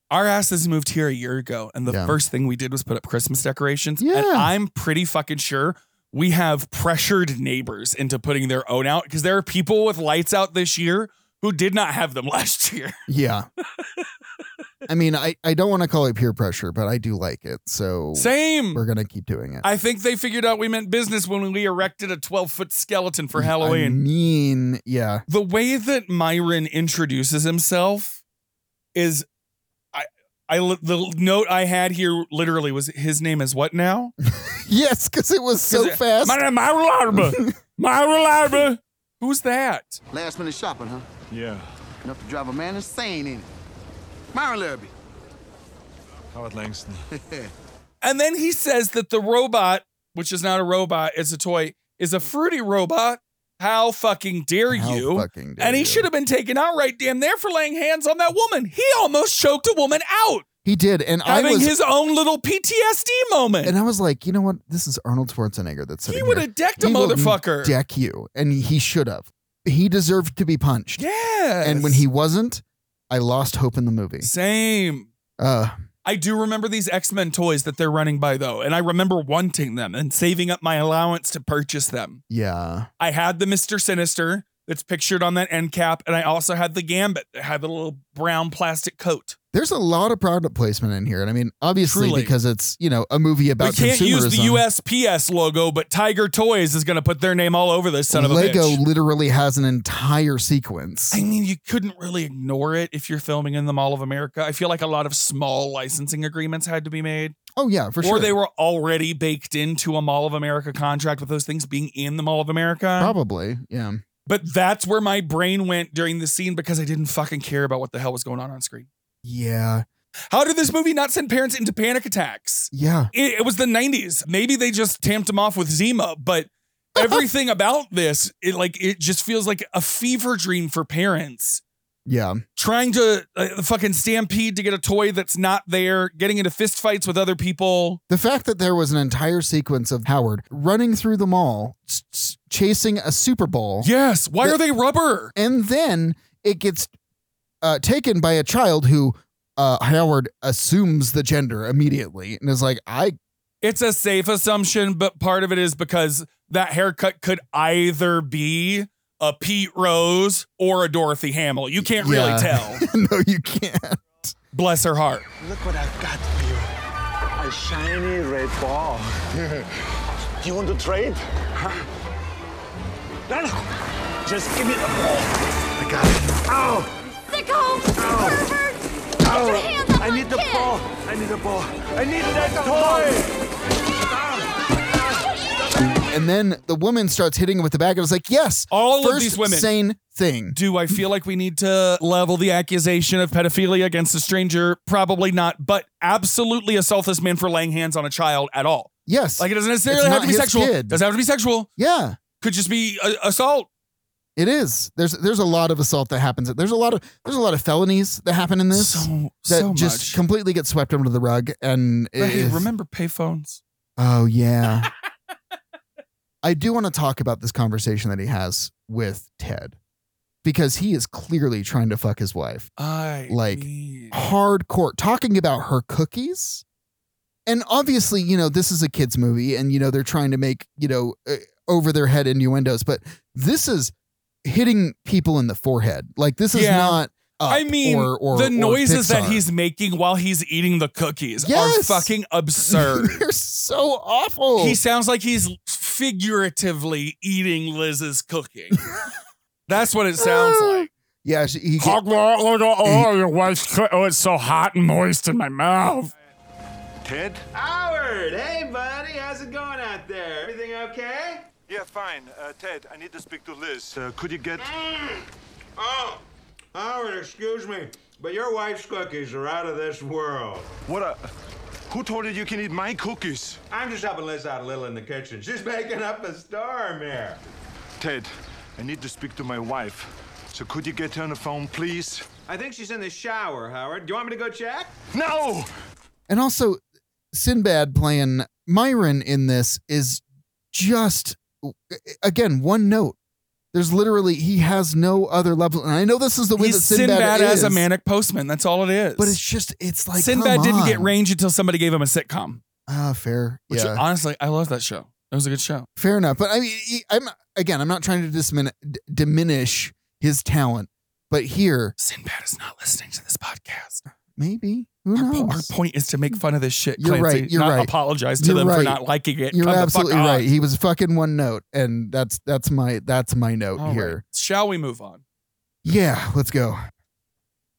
[SPEAKER 2] Our asses moved here a year ago, and the
[SPEAKER 3] Yeah.
[SPEAKER 2] first thing we did was put up Christmas decorations. And
[SPEAKER 3] Yeah.
[SPEAKER 2] I'm pretty fucking sure we have pressured neighbors into putting their own out because there are people with lights out this year who did not have them last year.
[SPEAKER 3] yeah. I mean, I I don't want to call it peer pressure, but I do like it, so
[SPEAKER 2] Same.
[SPEAKER 3] we're gonna keep doing it.
[SPEAKER 2] I think they figured out we meant business when we erected a 12 foot skeleton for
[SPEAKER 3] Mm, I
[SPEAKER 2] Halloween.
[SPEAKER 3] mean, yeah,
[SPEAKER 2] the way that Myron introduces himself is I I li- the note I had here literally was his name is what now?
[SPEAKER 3] yes, because it was so
[SPEAKER 2] 'Cause it-
[SPEAKER 3] fast.
[SPEAKER 2] My name Myron Larba. Myron Larba. Who's that?
[SPEAKER 14] Last minute shopping, huh?
[SPEAKER 8] Yeah,
[SPEAKER 14] Enough to drive a man insane, ain't it? Myron Larrabee.
[SPEAKER 8] Howard Langston.
[SPEAKER 2] And then he says that the robot which is not a robot, it's a toy, is a fruity robot. How fucking dare
[SPEAKER 3] How
[SPEAKER 2] you?
[SPEAKER 3] fucking dare
[SPEAKER 2] and he
[SPEAKER 3] you.
[SPEAKER 2] should have been taken out right damn there for laying hands on that woman. He almost choked a woman out,
[SPEAKER 3] He did, and I
[SPEAKER 2] having
[SPEAKER 3] was
[SPEAKER 2] his own little PTSD moment.
[SPEAKER 3] and I was like, you know what? This is Arnold Schwarzenegger that's sitting
[SPEAKER 2] he would
[SPEAKER 3] here.
[SPEAKER 2] have decked a
[SPEAKER 3] He will
[SPEAKER 2] motherfucker.
[SPEAKER 3] Deck you, and he should have. He deserved to be punched.
[SPEAKER 2] yeah.
[SPEAKER 3] And when he wasn't, I lost hope in the movie.
[SPEAKER 2] same.
[SPEAKER 3] Uh,
[SPEAKER 2] I do remember these X Men toys that they're running by though, and I remember wanting them and saving up my allowance to purchase them.
[SPEAKER 3] yeah,
[SPEAKER 2] I had the Mister Sinister that's pictured on that end cap, and I also had the Gambit that had the little brown plastic coat.
[SPEAKER 3] there's a lot of product placement in here, and I mean, obviously,
[SPEAKER 2] Truly.
[SPEAKER 3] because it's you know a movie about
[SPEAKER 2] we can't
[SPEAKER 3] consumerism.
[SPEAKER 2] use the USPS logo, but Tiger Toys is going to put their name all over this son of
[SPEAKER 3] Lego
[SPEAKER 2] a bitch.
[SPEAKER 3] literally has an entire sequence.
[SPEAKER 2] I mean, you couldn't really ignore it if you're filming in the Mall of America. I feel like a lot of small licensing agreements had to be made.
[SPEAKER 3] Oh yeah, for
[SPEAKER 2] or
[SPEAKER 3] sure.
[SPEAKER 2] they were already baked into a Mall of America contract with those things being in the Mall of America.
[SPEAKER 3] probably yeah.
[SPEAKER 2] But that's where my brain went during the scene because I didn't fucking care about what the hell was going on on screen.
[SPEAKER 3] Yeah.
[SPEAKER 2] How did this movie not send parents into panic attacks?
[SPEAKER 3] Yeah.
[SPEAKER 2] It, it was the 90s. Maybe they just tamped them off with Zima, but everything about this, it like it just feels like a fever dream for parents
[SPEAKER 3] Yeah.
[SPEAKER 2] trying to uh, fucking stampede to get a toy that's not there, getting into fistfights with other people.
[SPEAKER 3] The fact that there was an entire sequence of Howard running through the mall, s- s- chasing a Super Bowl,
[SPEAKER 2] Yes, why
[SPEAKER 3] The-
[SPEAKER 2] are they rubber?
[SPEAKER 3] and then it gets uh, taken by a child who uh, Howard assumes the gender immediately and is like, I
[SPEAKER 2] It's a safe assumption, but part of it is because that haircut could either be a Pete Rose or a Dorothy Hamill. You can't
[SPEAKER 3] Yeah.
[SPEAKER 2] really tell.
[SPEAKER 3] no, you can't.
[SPEAKER 2] Bless her heart.
[SPEAKER 15] Look what I've got for you. A shiny red ball. Do you want to trade? Huh? No, no. Just give me the ball. I got it. Ow!
[SPEAKER 7] Sicko! Pervert! Get your hands
[SPEAKER 15] Ow!
[SPEAKER 7] off
[SPEAKER 15] I
[SPEAKER 7] my
[SPEAKER 15] need the
[SPEAKER 7] kid!
[SPEAKER 15] ball. I need the ball. I need that toy.
[SPEAKER 3] And then the woman starts hitting him with the bag. I was like, yes,
[SPEAKER 2] All
[SPEAKER 3] first
[SPEAKER 2] of these women.
[SPEAKER 3] sane thing.
[SPEAKER 2] Do I feel like we need to level the accusation of pedophilia against a stranger? Probably not, but absolutely assault this man for laying hands on a child at all.
[SPEAKER 3] Yes,
[SPEAKER 2] Like it doesn't necessarily
[SPEAKER 3] It's
[SPEAKER 2] have to
[SPEAKER 3] not
[SPEAKER 2] be
[SPEAKER 3] his
[SPEAKER 2] sexual.
[SPEAKER 3] kid.
[SPEAKER 2] Doesn't have to be sexual.
[SPEAKER 3] yeah,
[SPEAKER 2] Could just be uh, assault.
[SPEAKER 3] it is. There's there's a lot of assault that happens. There's a lot of there's a lot of felonies that happen in this
[SPEAKER 2] So
[SPEAKER 3] that
[SPEAKER 2] so
[SPEAKER 3] just
[SPEAKER 2] much.
[SPEAKER 3] completely get swept under the rug. And it
[SPEAKER 2] But hey,
[SPEAKER 3] is-
[SPEAKER 2] remember payphones?
[SPEAKER 3] Oh yeah. I do want to talk about this conversation that he has with Ted because he is clearly trying to fuck his wife.
[SPEAKER 2] I
[SPEAKER 3] Like,
[SPEAKER 2] mean-
[SPEAKER 3] Hardcore talking about her cookies. And obviously, you know, this is a kids movie and you know they're trying to make, you know, uh, over their head innuendos, but this is hitting people in the forehead. Like this is
[SPEAKER 2] Yeah.
[SPEAKER 3] not up
[SPEAKER 2] I mean,
[SPEAKER 3] or, or,
[SPEAKER 2] the
[SPEAKER 3] or
[SPEAKER 2] noises that
[SPEAKER 3] Pixar.
[SPEAKER 2] he's making while he's eating the cookies are
[SPEAKER 3] Yes.
[SPEAKER 2] fucking absurd.
[SPEAKER 3] They're so awful.
[SPEAKER 2] he sounds like he's figuratively eating Liz's cooking. That's what it sounds like.
[SPEAKER 3] yeah, she, he,
[SPEAKER 2] oh, your wife's cook- oh, it's so hot and moist in my mouth.
[SPEAKER 8] Ted?
[SPEAKER 5] Howard, hey buddy, how's it going out there? Everything okay?
[SPEAKER 8] Yeah, fine. Uh, Ted, I need to speak to Liz. Uh, could you get.
[SPEAKER 5] Oh, Howard, excuse me, but your wife's cookies are out of this world.
[SPEAKER 8] What a. Who told you you can eat my cookies?
[SPEAKER 5] I'm just helping Liz out a little in the kitchen. She's making up a storm here.
[SPEAKER 8] Ted, I need to speak to my wife. So could you get her on the phone, please?
[SPEAKER 5] I think she's in the shower, Howard. Do you want me to go check?
[SPEAKER 8] No!
[SPEAKER 3] And also, Sinbad playing Myron in this is just, again, one note. There's literally, he has no other level. And I know this is the way
[SPEAKER 2] He's
[SPEAKER 3] that Sinbad,
[SPEAKER 2] Sinbad
[SPEAKER 3] is,
[SPEAKER 2] as a manic postman. That's all it is.
[SPEAKER 3] but it's just, it's like,
[SPEAKER 2] Sinbad
[SPEAKER 3] come
[SPEAKER 2] didn't get
[SPEAKER 3] on.
[SPEAKER 2] range until somebody gave him a sitcom.
[SPEAKER 3] Ah, fair.
[SPEAKER 2] Which
[SPEAKER 3] yeah.
[SPEAKER 2] honestly, I love that show. It was a good show.
[SPEAKER 3] fair enough. But I mean, he- I'm, again, I'm not trying to dismin- d- diminish his talent, but here,
[SPEAKER 2] Sinbad is not listening to this podcast.
[SPEAKER 3] maybe. Who
[SPEAKER 2] Our, po- our
[SPEAKER 3] knows?
[SPEAKER 2] point is to make fun of this shit.
[SPEAKER 3] You're
[SPEAKER 2] Clancy,
[SPEAKER 3] right, you're
[SPEAKER 2] not
[SPEAKER 3] right.
[SPEAKER 2] apologize to
[SPEAKER 3] You're
[SPEAKER 2] them for
[SPEAKER 3] right.
[SPEAKER 2] not liking it.
[SPEAKER 3] You're
[SPEAKER 2] Come the fuck
[SPEAKER 3] absolutely
[SPEAKER 2] on.
[SPEAKER 3] right. He was fucking one note, and that's that's my that's my note
[SPEAKER 2] All
[SPEAKER 3] here.
[SPEAKER 2] right. Shall we move on?
[SPEAKER 3] Yeah, let's go.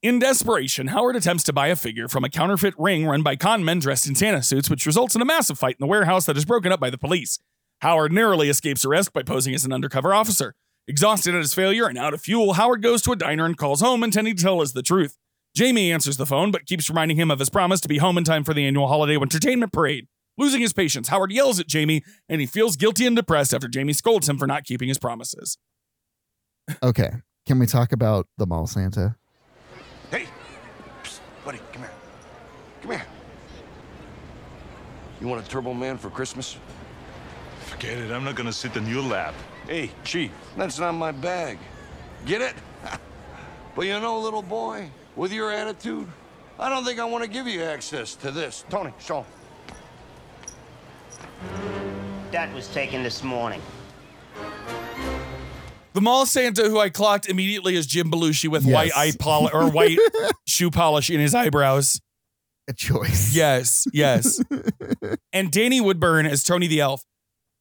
[SPEAKER 2] In desperation, Howard attempts to buy a figure from a counterfeit ring run by con men dressed in Santa suits, which results in a massive fight in the warehouse that is broken up by the police. Howard narrowly escapes arrest by posing as an undercover officer. Exhausted at his failure and out of fuel, Howard goes to a diner and calls home, intending to tell us the truth. Jamie answers the phone, but keeps reminding him of his promise to be home in time for the annual holiday entertainment parade. Losing his patience, Howard yells at Jamie, and he feels guilty and depressed after Jamie scolds him for not keeping his promises.
[SPEAKER 3] Okay. Can we talk about the mall Santa?
[SPEAKER 15] Hey, Psst, buddy, come here. Come here. You want a Turbo Man for Christmas?
[SPEAKER 8] Forget it, I'm not gonna sit in your lap.
[SPEAKER 15] Hey, Chief, that's not my bag. Get it? but you know, little boy, with your attitude, I don't think I want to give you access to this. Tony, show 'em.
[SPEAKER 16] That was taken this morning.
[SPEAKER 2] The mall Santa, who I clocked immediately as Jim Belushi with white eye polish or white shoe polish in his eyebrows.
[SPEAKER 3] A choice.
[SPEAKER 2] Yes, yes. and Danny Woodburn as Tony the Elf.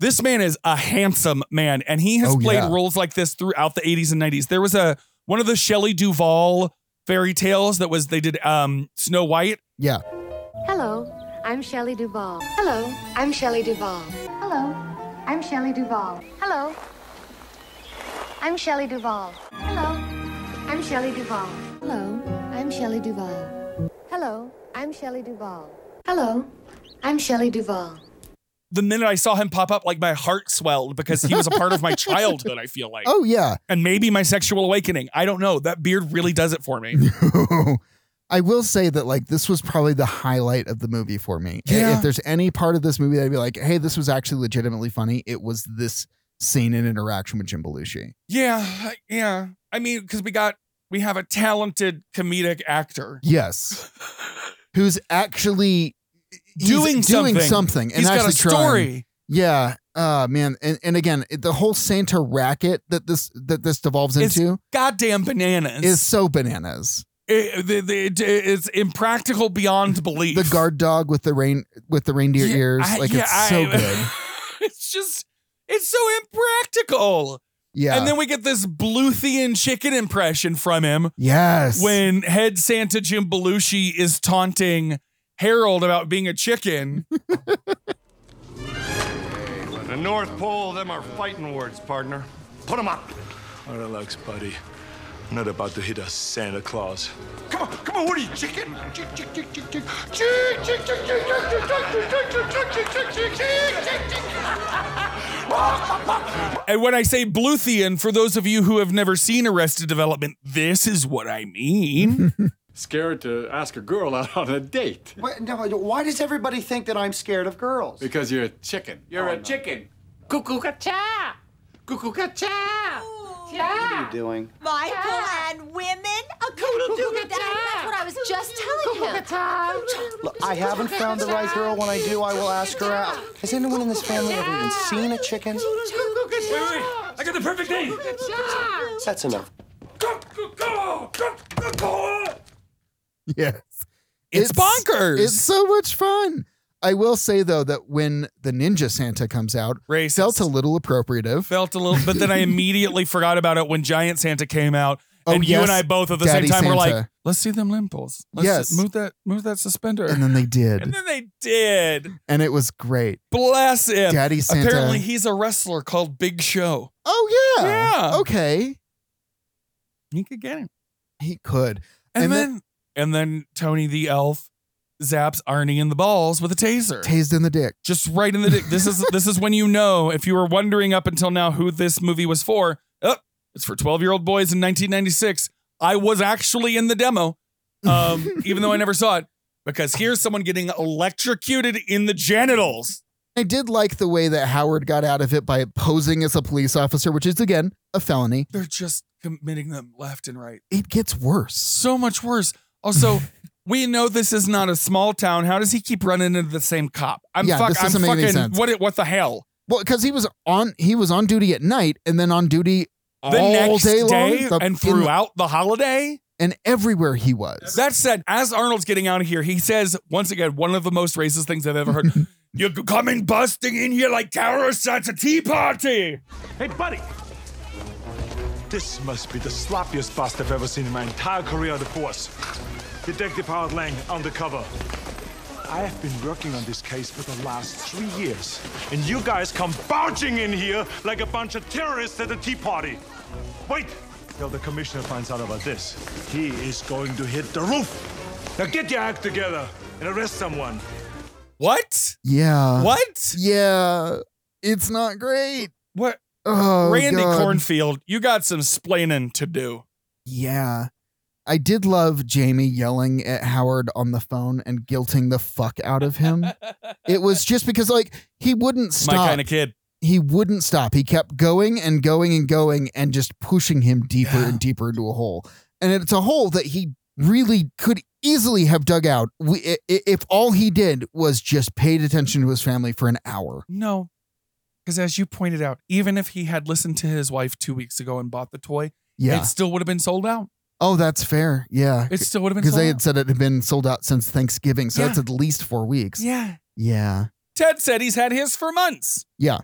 [SPEAKER 2] This man is a handsome man, and he has
[SPEAKER 3] Oh,
[SPEAKER 2] played
[SPEAKER 3] yeah.
[SPEAKER 2] roles like this throughout the 80s and 90s. There was a one of the Shelley Duvall fairy tales that was they did um Snow White.
[SPEAKER 3] Yeah.
[SPEAKER 17] Hello, I'm Shelley Duvall. Hello, I'm Shelley Duvall. Hello, I'm Shelley Duvall. Hello, I'm Shelley Duvall. Hello, I'm Shelley Duvall. Hello, I'm Shelley Duvall. Hello, I'm Shelley Duvall. Hello, I'm Shelley Duvall.
[SPEAKER 2] The minute I saw him pop up, like my heart swelled because he was a part of my childhood, I feel like.
[SPEAKER 3] Oh yeah.
[SPEAKER 2] And maybe my sexual awakening. I don't know. That beard really does it for me.
[SPEAKER 3] I will say that like this was probably the highlight of the movie for me. I-
[SPEAKER 2] Yeah.
[SPEAKER 3] If there's any part of this movie that I'd be like, hey, this was actually legitimately funny, it was this scene and interaction with Jim Belushi.
[SPEAKER 2] Yeah, yeah. I mean, because we got we have a talented comedic actor.
[SPEAKER 3] Yes. Who's actually he's
[SPEAKER 2] Doing
[SPEAKER 3] doing
[SPEAKER 2] something.
[SPEAKER 3] something and
[SPEAKER 2] He's got a
[SPEAKER 3] actually trying.
[SPEAKER 2] story.
[SPEAKER 3] Yeah. Uh man. And and again, it- the whole Santa racket that this that this devolves
[SPEAKER 2] It's
[SPEAKER 3] into
[SPEAKER 2] goddamn bananas.
[SPEAKER 3] is so bananas.
[SPEAKER 2] It- the- the- it- it's impractical beyond belief.
[SPEAKER 3] The guard dog with the rain with the reindeer
[SPEAKER 2] Yeah,
[SPEAKER 3] ears.
[SPEAKER 2] I-
[SPEAKER 3] Like
[SPEAKER 2] yeah,
[SPEAKER 3] it's so
[SPEAKER 2] I-
[SPEAKER 3] good.
[SPEAKER 2] it's just it's so impractical.
[SPEAKER 3] Yeah.
[SPEAKER 2] And then we get this Bluthian chicken impression from him.
[SPEAKER 3] Yes.
[SPEAKER 2] When head Santa Jim Belushi is taunting Harold about being a chicken.
[SPEAKER 6] The North Pole, them are fighting words, partner. Put them up.
[SPEAKER 8] Relax, buddy. I'm not about to hit a Santa Claus.
[SPEAKER 15] Come on, come on, what are you, chicken? Chick, chick, chick, chick, chick. Chick, chick, chick, chick, chick, chick, chick, chick, chick, chick, chick, chick, chick, chick, chick, chick.
[SPEAKER 2] And when I say Bluthian, for those of you who have never seen Arrested Development, this is what I mean.
[SPEAKER 18] Scared to ask a girl out on a date
[SPEAKER 19] Wait, no, why does everybody think that I'm scared of girls?
[SPEAKER 18] because you're a chicken.
[SPEAKER 19] You're a chicken. Cuckoo cha. Cuckoo cha.
[SPEAKER 20] Yeah.
[SPEAKER 19] What are you doing?
[SPEAKER 20] Michael and women? A coodle doo That's what I was just telling him.
[SPEAKER 19] Look, I haven't found the right girl. When I do, I will ask her out. Has anyone in this family ever even seen a chicken?
[SPEAKER 15] Wait, wait, I got the perfect name.
[SPEAKER 19] That's enough.
[SPEAKER 3] Yes.
[SPEAKER 2] It's bonkers.
[SPEAKER 3] It's so much fun. I will say though that when the Ninja Santa comes out, felt a little appropriative.
[SPEAKER 2] Felt a little, but then I immediately forgot about it when Giant Santa came out.
[SPEAKER 3] Oh,
[SPEAKER 2] and you
[SPEAKER 3] yes,
[SPEAKER 2] and I both at the
[SPEAKER 3] Daddy
[SPEAKER 2] same time were
[SPEAKER 3] Santa.
[SPEAKER 2] like, let's see them limples. Let's
[SPEAKER 3] Yes.
[SPEAKER 2] Move that, move that suspender.
[SPEAKER 3] And then they
[SPEAKER 2] And
[SPEAKER 3] did, and,
[SPEAKER 2] then they did.
[SPEAKER 3] it was great.
[SPEAKER 2] Bless him.
[SPEAKER 3] Daddy Santa.
[SPEAKER 2] Apparently, he's a wrestler called Big Show.
[SPEAKER 3] Oh yeah,
[SPEAKER 2] Yeah.
[SPEAKER 3] Okay,
[SPEAKER 2] You could get him.
[SPEAKER 3] he could.
[SPEAKER 2] And, then, and then Tony the Elf zaps Arnie in the balls with a taser.
[SPEAKER 3] tased in the dick.
[SPEAKER 2] Just right in the dick. This is this is when you know if you were wondering up until now who this movie was for. Oh, it's for 12-year-old boys in 1996. I was actually in the demo. Um, even though I never saw it because here's someone getting electrocuted in the genitals.
[SPEAKER 3] I did like the way that Howard got out of it by posing as a police officer, which is again a felony.
[SPEAKER 2] They're just committing them left and right.
[SPEAKER 3] It gets worse.
[SPEAKER 2] So much worse. Also, we know this is not a small town. How does he keep running into the same cop? I'm
[SPEAKER 3] Yeah,
[SPEAKER 2] fuck,
[SPEAKER 3] this
[SPEAKER 2] I'm
[SPEAKER 3] doesn't make any
[SPEAKER 2] fucking
[SPEAKER 3] sense.
[SPEAKER 2] what what the hell?
[SPEAKER 3] Well, because he was on he was on duty at night and then on duty
[SPEAKER 2] The
[SPEAKER 3] all
[SPEAKER 2] next
[SPEAKER 3] day long the- in-
[SPEAKER 2] and throughout the holiday?
[SPEAKER 3] and everywhere he was.
[SPEAKER 2] That said, as Arnold's getting out of here, he says once again one of the most racist things I've ever heard. You're coming busting in here like terrorists at a tea party.
[SPEAKER 8] Hey, buddy. This must be the sloppiest bust I've ever seen in my entire career of the force. Detective Howard Lang, undercover. I have been working on this case for the last three years, and you guys come bouncing in here like a bunch of terrorists at a tea party. Wait till the commissioner finds out about this. He is going to hit the roof. Now get your act together and arrest someone.
[SPEAKER 2] What? Uh,
[SPEAKER 3] Yeah.
[SPEAKER 2] What?
[SPEAKER 3] Yeah. It's not great.
[SPEAKER 2] What?
[SPEAKER 3] Oh,
[SPEAKER 2] Randy
[SPEAKER 3] God.
[SPEAKER 2] Cornfield, you got some splaining to do.
[SPEAKER 3] Yeah. I did love Jamie yelling at Howard on the phone and guilting the fuck out of him. it was just because, like, he wouldn't stop.
[SPEAKER 2] My kind of kid.
[SPEAKER 3] he wouldn't stop. He kept going and going and going and just pushing him deeper and deeper into a hole. And it's a hole that he really could easily have dug out we- i- i- if all he did was just paid attention to his family for an hour.
[SPEAKER 2] No. Because as you pointed out, even if he had listened to his wife two weeks ago and bought the toy,
[SPEAKER 3] Yeah.
[SPEAKER 2] it still would have been sold out.
[SPEAKER 3] Oh, that's fair. Yeah.
[SPEAKER 2] It still would've been
[SPEAKER 3] Because
[SPEAKER 2] sold
[SPEAKER 3] they
[SPEAKER 2] out.
[SPEAKER 3] had said it had been sold out since Thanksgiving. So
[SPEAKER 2] Yeah.
[SPEAKER 3] that's at least four weeks.
[SPEAKER 2] Yeah.
[SPEAKER 3] Yeah.
[SPEAKER 2] Ted said he's had his for months.
[SPEAKER 3] Yeah.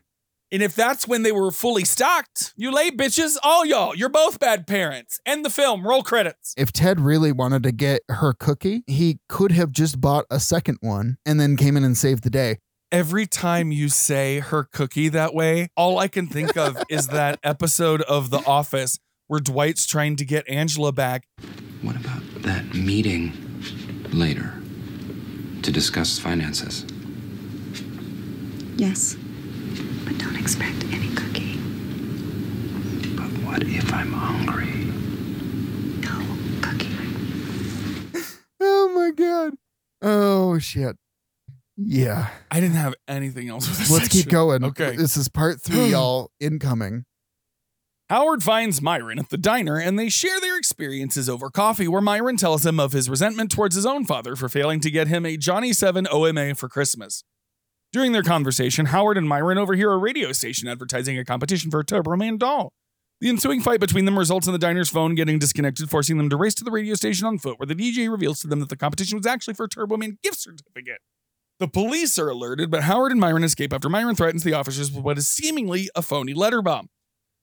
[SPEAKER 2] And if that's when they were fully stocked, you lay bitches, all y'all, you're both bad parents. End the film, roll credits.
[SPEAKER 3] If Ted really wanted to get her cookie, he could have just bought a second one and then came in and saved the day.
[SPEAKER 2] Every time you say her cookie that way, all I can think of is that episode of The Office where Dwight's trying to get Angela back.
[SPEAKER 21] That meeting later to discuss finances.
[SPEAKER 22] Yes. But don't expect any cookie.
[SPEAKER 21] But what if I'm hungry?
[SPEAKER 3] Oh my God. Oh shit. Yeah.
[SPEAKER 2] I didn't have anything else with this.
[SPEAKER 3] Let's keep
[SPEAKER 2] section.
[SPEAKER 3] going.
[SPEAKER 2] Okay.
[SPEAKER 3] This is part three, y'all. Incoming.
[SPEAKER 2] Howard finds Myron at the diner and they share their experiences over coffee, where Myron tells him of his resentment towards his own father for failing to get him a Johnny 7 OMA for Christmas. During their conversation, Howard and Myron overhear a radio station advertising a competition for a Turbo Man doll. The ensuing fight between them results in the diner's phone getting disconnected, forcing them to race to the radio station on foot, where the DJ reveals to them that the competition was actually for a Turbo Man gift certificate. The police are alerted, but Howard and Myron escape after Myron threatens the officers with what is seemingly a phony letter bomb.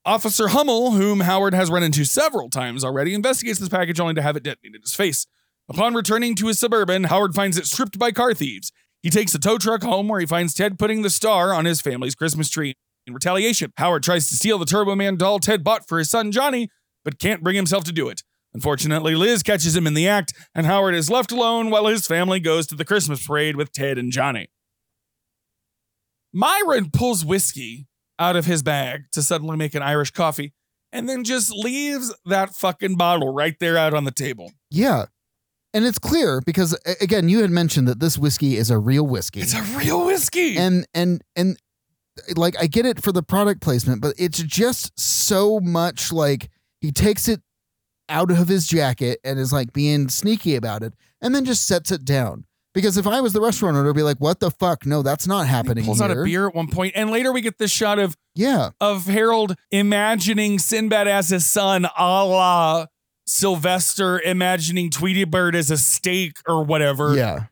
[SPEAKER 2] Officer Hummel, whom Howard has run into several times already, investigates this package only to have it detonate in his face. Upon returning to his suburban, Howard finds it stripped by car thieves. He takes a tow truck home where he finds Ted putting the star on his family's Christmas tree. In retaliation, Howard tries to steal the Turbo Man doll Ted bought for his son Johnny, but can't bring himself to do it. Unfortunately, Liz catches him in the act, and Howard is left alone while his family goes to the Christmas parade with Ted and Johnny. Myron pulls whiskey out of his bag to suddenly make an Irish coffee and then just leaves that fucking bottle right there out on the table.
[SPEAKER 3] Yeah. And it's clear because a- again, you had mentioned that this whiskey is a real whiskey. It's
[SPEAKER 2] a real whiskey.
[SPEAKER 3] And and and like I get it for the product placement, but it's just so much like he takes it out of his jacket and is like being sneaky about it and then just sets it down. Because if I was the restaurant owner, I'd be like, what the fuck? No, that's not happening.
[SPEAKER 2] Pulls
[SPEAKER 3] here.
[SPEAKER 2] out a beer at one point, and later we get this shot of
[SPEAKER 3] yeah
[SPEAKER 2] of Harold imagining Sinbad as his son, a la Sylvester imagining Tweety Bird as a steak or whatever.
[SPEAKER 3] Yeah.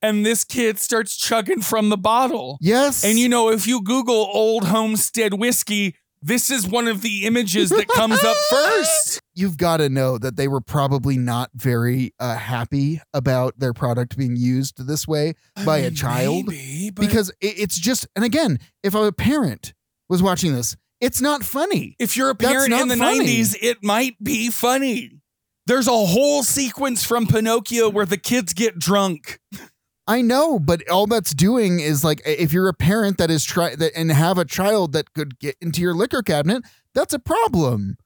[SPEAKER 2] And this kid starts chugging from the bottle.
[SPEAKER 3] Yes.
[SPEAKER 2] And you know, if you Google Old Homestead whiskey, this is one of the images that comes up first.
[SPEAKER 3] You've got to know that they were probably not very uh, happy about their product being used this way by a child. because it, it's just, and again, if a parent was watching this, it's not funny.
[SPEAKER 2] If you're a
[SPEAKER 3] That's
[SPEAKER 2] parent in
[SPEAKER 3] not
[SPEAKER 2] the
[SPEAKER 3] funny.
[SPEAKER 2] 90s, it might be funny. There's a whole sequence from Pinocchio where the kids get drunk.
[SPEAKER 3] I know, but all that's doing is like i- if you're a parent that is try that and have a child that could get into your liquor cabinet, that's a problem.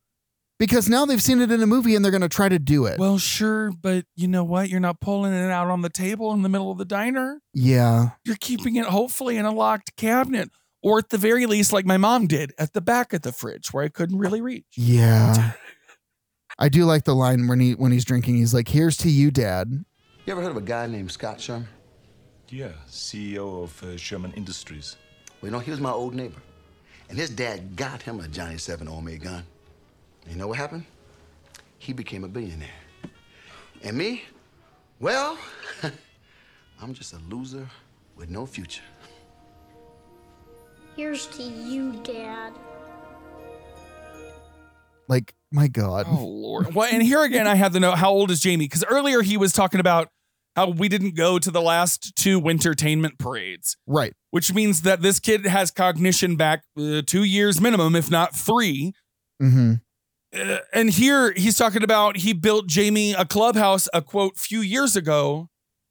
[SPEAKER 3] Because now they've seen it in a movie and they're going to try to do it.
[SPEAKER 2] Well, sure, but you know what? You're not pulling it out on the table in the middle of the diner.
[SPEAKER 3] yeah.
[SPEAKER 2] You're keeping it hopefully in a locked cabinet, or at the very least, like my mom did, at the back of the fridge where I couldn't really reach.
[SPEAKER 3] Yeah. I do like the line when he when he's drinking. He's like, "Here's to you, Dad."
[SPEAKER 6] You ever heard of a guy named Scott Sherman? Yeah, CEO of uh, Sherman Industries.
[SPEAKER 22] Well, you know, he was my old neighbor. And his dad got him a Johnny 7 Omega gun.
[SPEAKER 6] You know what happened? He became a billionaire.
[SPEAKER 22] And me? Well, I'm just a loser with no future.
[SPEAKER 4] Here's to you, Dad.
[SPEAKER 3] Like, my God.
[SPEAKER 2] Oh Lord. Well, and here again, I had the note. How old is Jamie? Because earlier he was talking about how we didn't go to the last two wintertainment parades,
[SPEAKER 3] Right.
[SPEAKER 2] which means that this kid has cognition back uh, two years minimum, if not three.
[SPEAKER 3] Mm-hmm.
[SPEAKER 2] Uh, and here he's talking about he built Jamie a clubhouse a quote few years ago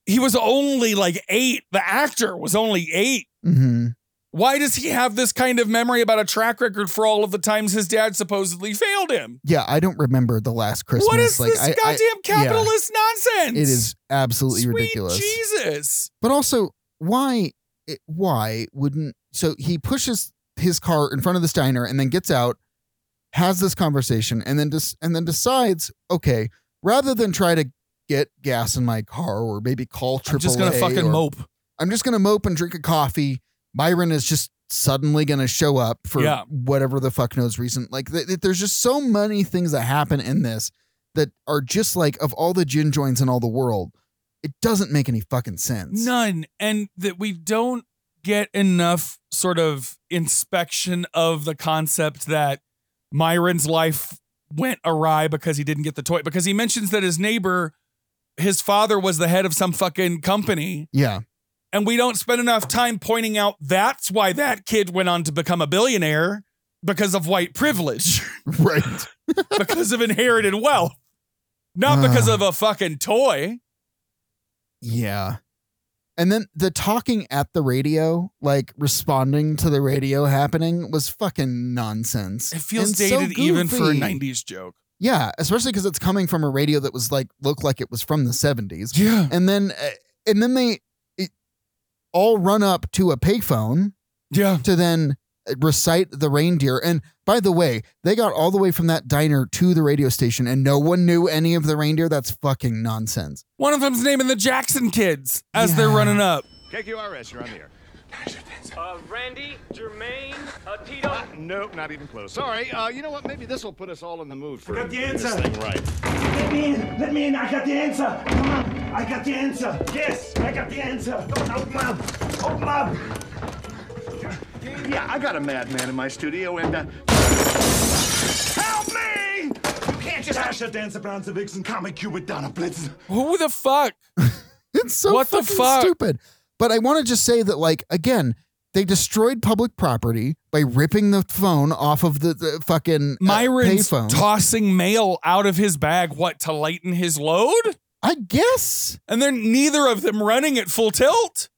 [SPEAKER 2] he was only like eight. The actor was only 8
[SPEAKER 3] Mm-hmm.
[SPEAKER 2] Why does he have this kind of memory about a track record for all of the times his dad supposedly failed him?
[SPEAKER 3] Yeah, I don't remember the last Christmas.
[SPEAKER 2] what is
[SPEAKER 3] like,
[SPEAKER 2] this
[SPEAKER 3] I- I-
[SPEAKER 2] goddamn
[SPEAKER 3] yeah.
[SPEAKER 2] capitalist nonsense?
[SPEAKER 3] It is absolutely
[SPEAKER 2] Sweet
[SPEAKER 3] ridiculous.
[SPEAKER 2] Jesus.
[SPEAKER 3] But also, why? it- Why wouldn't? So he pushes his car in front of this diner and then gets out, has this conversation, and then just and then decides, okay, rather than try to get gas in my car or maybe call AAA,
[SPEAKER 2] I'm just gonna fucking
[SPEAKER 3] or-
[SPEAKER 2] mope.
[SPEAKER 3] I'm just gonna mope and drink a coffee. Byron is just suddenly gonna show up for
[SPEAKER 2] Yeah.
[SPEAKER 3] whatever the fuck knows reason. Like th- th- there's just so many things that happen in this that are just like of all the gin joints in all the world, it doesn't make any fucking sense.
[SPEAKER 2] None. And that we don't get enough sort of inspection of the concept that Myron's life went awry because he didn't get the toy. Because he mentions that his neighbor, his father was the head of some fucking company.
[SPEAKER 3] Yeah.
[SPEAKER 2] And we don't spend enough time pointing out that's why that kid went on to become a billionaire because of white privilege,
[SPEAKER 3] Right.
[SPEAKER 2] because of inherited wealth, not
[SPEAKER 3] Ah.
[SPEAKER 2] because of a fucking toy.
[SPEAKER 3] Yeah. And then the talking at the radio, like responding to the radio happening, was fucking nonsense.
[SPEAKER 2] It feels
[SPEAKER 3] And so
[SPEAKER 2] dated even for a
[SPEAKER 3] goofy.
[SPEAKER 2] 90s joke.
[SPEAKER 3] Yeah, especially because it's coming from a radio that was like looked like it was from the seventies.
[SPEAKER 2] Yeah,
[SPEAKER 3] and then uh, and then they it, all run up to a payphone.
[SPEAKER 2] Yeah,
[SPEAKER 3] to then eh, recite the reindeer. And by the way, they got all the way from that diner to the radio station, and no one knew any of the reindeer. That's fucking nonsense.
[SPEAKER 2] One of them's naming the Jackson Kids as they're running up.
[SPEAKER 1] KQRS, you're on the air. Uh, Randy, Jermaine, uh, Tito. nope, not even close. Sorry. Uh, you know what? Maybe this will put us all in the mood for
[SPEAKER 11] Got the
[SPEAKER 1] this
[SPEAKER 11] answer.
[SPEAKER 1] thing right.
[SPEAKER 11] Let me in. Let me in. I got the answer. Come on. I got the answer. Yes, I got the answer. Come on, open up. Open up.
[SPEAKER 1] Yeah, I got a madman in my studio, and uh,
[SPEAKER 11] Help me! You can't just Dasher, Dancer, Bronzer, Vixen, Comic, Cupid, Donna, Blitzen.
[SPEAKER 2] Who the fuck?
[SPEAKER 3] it's so
[SPEAKER 2] What the
[SPEAKER 3] fucking
[SPEAKER 2] fuck?
[SPEAKER 3] stupid. But I want to just say that, like, again, they destroyed public property by ripping the phone off of the, the fucking uh,
[SPEAKER 2] Myron's
[SPEAKER 3] payphone.
[SPEAKER 2] tossing mail out of his bag, what, to lighten his load?
[SPEAKER 3] I guess.
[SPEAKER 2] And then neither of them running at full tilt.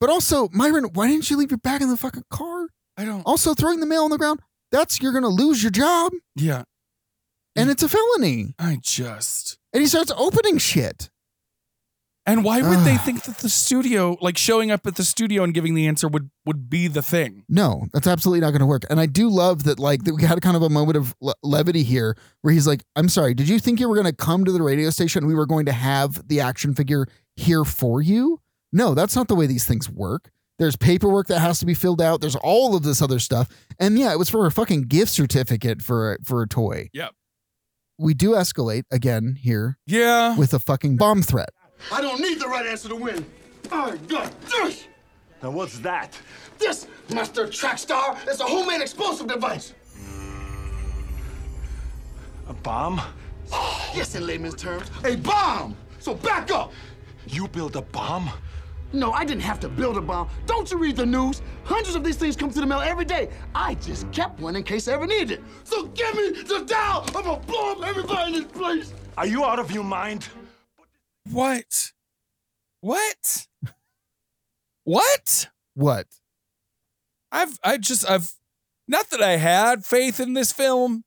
[SPEAKER 3] But also, Myron, why didn't you leave your bag in the fucking car?
[SPEAKER 2] I don't.
[SPEAKER 3] Also, throwing the mail on the ground, that's you're going to lose your job.
[SPEAKER 2] Yeah.
[SPEAKER 3] And it's a felony.
[SPEAKER 2] I just.
[SPEAKER 3] And he starts opening shit.
[SPEAKER 2] And why would they think that the studio, like showing up at the studio and giving the answer would would be the thing?
[SPEAKER 3] No, that's absolutely not going to work. And I do love that, like, that we had kind of a moment of le- levity here where he's like, I'm sorry, did you think you were going to come to the radio station? We were going to have the action figure here for you? No, that's not the way these things work. There's paperwork that has to be filled out. There's all of this other stuff. And yeah, it was for a fucking gift certificate for a, for a toy.
[SPEAKER 2] Yeah.
[SPEAKER 3] We do escalate again here.
[SPEAKER 2] Yeah.
[SPEAKER 3] With a fucking bomb threat.
[SPEAKER 21] I don't need the right answer to win. I got this.
[SPEAKER 8] Now, what's that?
[SPEAKER 21] This, Master Trackstar, is a homemade explosive device.
[SPEAKER 8] A bomb?
[SPEAKER 21] Yes, in layman's terms, a bomb. So back up.
[SPEAKER 8] You built a bomb?
[SPEAKER 21] No, Oh, I didn't have to build a bomb. Don't you read the news? Hundreds of these things come to the mail every day. I just kept one in case I ever needed it. So give me the doll. I'm gonna blow up everybody in this place.
[SPEAKER 8] Are you out of your mind?
[SPEAKER 2] What? What? What?
[SPEAKER 3] What?
[SPEAKER 2] I've I just I've not that I had faith in this film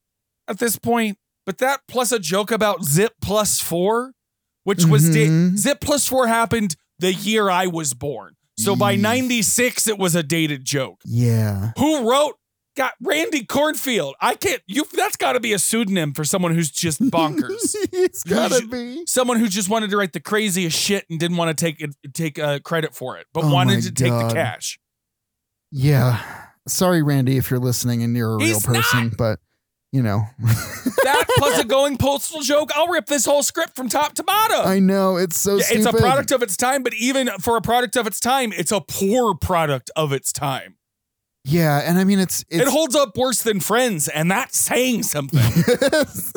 [SPEAKER 2] at this point, but that plus a joke about Zip plus four, which was da-
[SPEAKER 3] Mhm.
[SPEAKER 2] Zip plus four happened the year I was born. So by
[SPEAKER 3] Yes.
[SPEAKER 2] '96, it was a dated joke.
[SPEAKER 3] Yeah.
[SPEAKER 2] Who wrote? Got Randy Cornfield. I can't. You. That's got to be a pseudonym for someone who's just bonkers.
[SPEAKER 3] it's got
[SPEAKER 2] Who's
[SPEAKER 3] to
[SPEAKER 2] ju-
[SPEAKER 3] be.
[SPEAKER 2] Someone who just wanted to write the craziest shit and didn't want to take it, take uh, credit for it, but
[SPEAKER 3] Oh my
[SPEAKER 2] wanted to take
[SPEAKER 3] God.
[SPEAKER 2] the cash.
[SPEAKER 3] Yeah. Sorry, Randy, if you're listening and you're a real
[SPEAKER 2] He's not- Uh,
[SPEAKER 3] person, but you know,
[SPEAKER 2] That plus a going postal joke. I'll rip this whole script from top to bottom.
[SPEAKER 3] I know it's so
[SPEAKER 2] Yeah, it's
[SPEAKER 3] stupid.
[SPEAKER 2] a product of its time, but even for a product of its time, it's a poor product of its time.
[SPEAKER 3] Yeah, and I mean it's it's
[SPEAKER 2] it holds up worse than Friends, and that's saying something.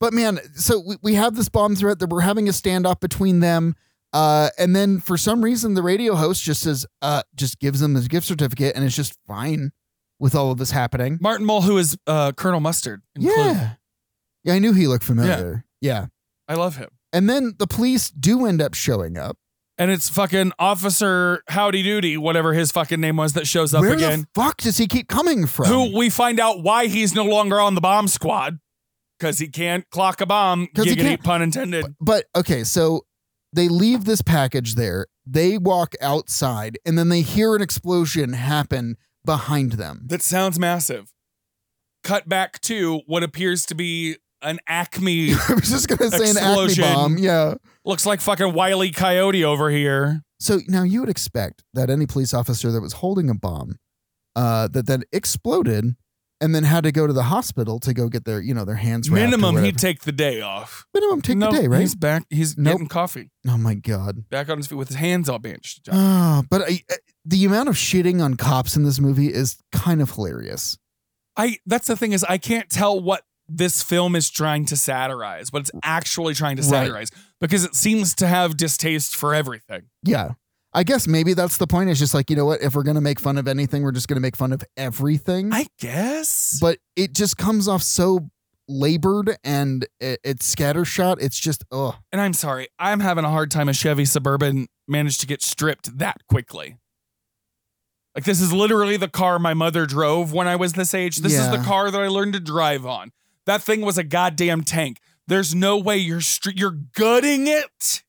[SPEAKER 3] But man, so we, we have this bomb threat that we're having a standoff between them. Uh, and then for some reason, the radio host just says, uh, just gives them his gift certificate, and it's just fine with all of this happening.
[SPEAKER 2] Martin Mull, who is uh, Colonel Mustard, in Clue.
[SPEAKER 3] Yeah. Yeah, I knew he looked familiar. Yeah.
[SPEAKER 2] I love him.
[SPEAKER 3] And then the police do end up showing up.
[SPEAKER 2] And it's fucking Officer Howdy Doody, whatever his fucking name was, that shows up
[SPEAKER 3] Where
[SPEAKER 2] again.
[SPEAKER 3] the um, fuck does he keep coming from?
[SPEAKER 2] who we find out why he's no longer on the bomb squad because he can't clock a bomb.
[SPEAKER 3] 'Cause he
[SPEAKER 2] Giggity,
[SPEAKER 3] can't.
[SPEAKER 2] pun intended.
[SPEAKER 3] But okay, so they leave this package there. They walk outside and then they hear an explosion happen behind them.
[SPEAKER 2] That sounds massive. Cut back to what appears to be an Acme. I
[SPEAKER 3] was just gonna say an Acme bomb, yeah.
[SPEAKER 2] Looks like fucking Wiley Coyote over here.
[SPEAKER 3] So now you would expect that any police officer that was holding a bomb uh, that then exploded and then had to go to the hospital to go get their, you know, their hands wrapped or
[SPEAKER 2] Minimum,
[SPEAKER 3] whatever.
[SPEAKER 2] he'd take the day off.
[SPEAKER 3] Minimum, take
[SPEAKER 2] No,
[SPEAKER 3] the day, right?
[SPEAKER 2] He's back. He's
[SPEAKER 3] Nope.
[SPEAKER 2] getting coffee.
[SPEAKER 3] Oh my god.
[SPEAKER 2] Back on his feet with his hands all bandaged.
[SPEAKER 3] Oh, but I, I- the amount of shitting on cops in this movie is kind of hilarious.
[SPEAKER 2] I that's the thing is I can't tell what this film is trying to satirize, what it's actually trying to
[SPEAKER 3] Right.
[SPEAKER 2] satirize, because it seems to have distaste for everything.
[SPEAKER 3] Yeah. I guess maybe that's the point. It's just like, you know what? If we're going to make fun of anything, we're just going to make fun of everything.
[SPEAKER 2] I guess.
[SPEAKER 3] But it just comes off so labored and it, it's scattershot. It's just, oh,
[SPEAKER 2] And I'm sorry, I'm having a hard time a Chevy Suburban managed to get stripped that quickly. Like this is literally the car my mother drove when I was this age. This is the
[SPEAKER 3] Yeah.
[SPEAKER 2] car that I learned to drive on. That thing was a goddamn tank. There's no way you're str- you're gutting it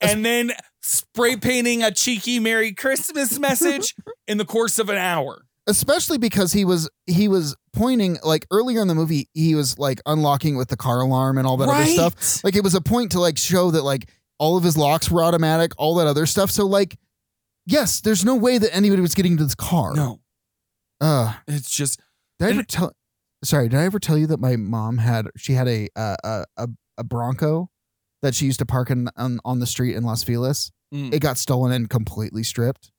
[SPEAKER 2] and then spray painting a cheeky Merry Christmas message in the course of an hour.
[SPEAKER 3] especially because he was he was pointing like earlier in the movie he was like unlocking with the car alarm and all that
[SPEAKER 2] Right.
[SPEAKER 3] other stuff like it was a point to like show that like all of his locks were automatic all that other stuff so like yes there's no way that anybody was getting into this car
[SPEAKER 2] no
[SPEAKER 3] uh
[SPEAKER 2] It's just
[SPEAKER 3] did i ever tell sorry did i ever tell you that my mom had she had a uh, a a, a bronco that she used to park in, on on the street in las feliz
[SPEAKER 2] Mm.
[SPEAKER 3] it got stolen and completely stripped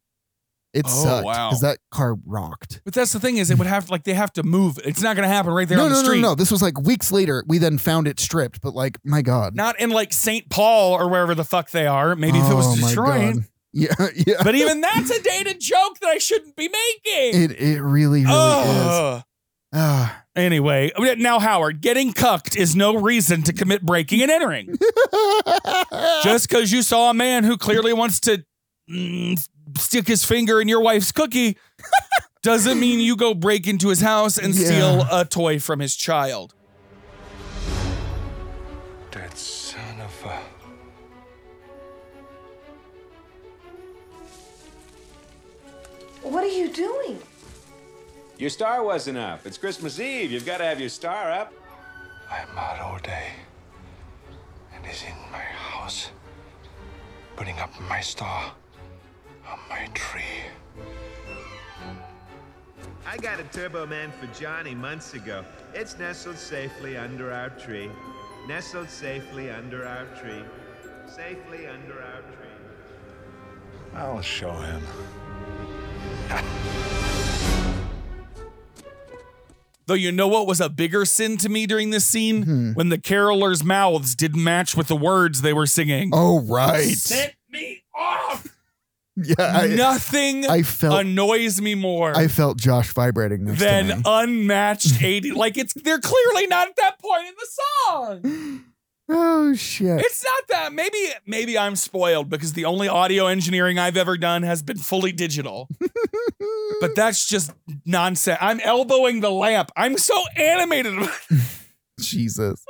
[SPEAKER 3] it
[SPEAKER 2] Oh,
[SPEAKER 3] sucked
[SPEAKER 2] wow.
[SPEAKER 3] because that car rocked
[SPEAKER 2] But that's the thing is it would have like they have to move. It's not going to happen right there
[SPEAKER 3] no,
[SPEAKER 2] on the
[SPEAKER 3] no,
[SPEAKER 2] street.
[SPEAKER 3] No, no, This was like weeks later. We then found it stripped, but like, my God.
[SPEAKER 2] Not in like St. Paul or wherever the fuck they are. Maybe if it
[SPEAKER 3] Oh,
[SPEAKER 2] was
[SPEAKER 3] my
[SPEAKER 2] Detroit.
[SPEAKER 3] God. Yeah, yeah.
[SPEAKER 2] But even that's a dated joke that I shouldn't be making.
[SPEAKER 3] It, it really, really
[SPEAKER 2] Ugh.
[SPEAKER 3] is. Ah,
[SPEAKER 2] Anyway, now Howard, getting cucked is no reason to commit breaking and entering. Just because you saw a man who clearly wants to mm, stick his finger in your wife's cookie doesn't mean you go break into his house and steal a toy from his child.
[SPEAKER 6] That son of a.
[SPEAKER 13] What are you doing?
[SPEAKER 5] Your star wasn't up. It's Christmas Eve. You've got to have your star up.
[SPEAKER 6] I'm out all day. And he's in my house. Putting up my star on my tree.
[SPEAKER 5] I got a Turbo Man for Johnny months ago. It's nestled safely under our tree. Nestled safely under our tree. Safely under our tree.
[SPEAKER 6] I'll show him.
[SPEAKER 2] Though you know what was a bigger sin to me during this scene?
[SPEAKER 3] Hmm.
[SPEAKER 2] When the carolers' mouths didn't match with the words they were singing.
[SPEAKER 3] Oh, right.
[SPEAKER 2] Set me off!
[SPEAKER 3] yeah. I,
[SPEAKER 2] Nothing
[SPEAKER 3] I felt-
[SPEAKER 2] annoys me more
[SPEAKER 3] I felt Josh vibrating next to
[SPEAKER 2] than
[SPEAKER 3] me.
[SPEAKER 2] unmatched 80. like it's they're clearly not at that point in the
[SPEAKER 3] Hmm.
[SPEAKER 2] song.
[SPEAKER 3] oh, shit.
[SPEAKER 2] It's not that. Maybe maybe I'm spoiled because the only audio engineering I've ever done has been fully digital. but that's just nonsense. I'm elbowing the lamp. I'm so animated about
[SPEAKER 3] Jesus.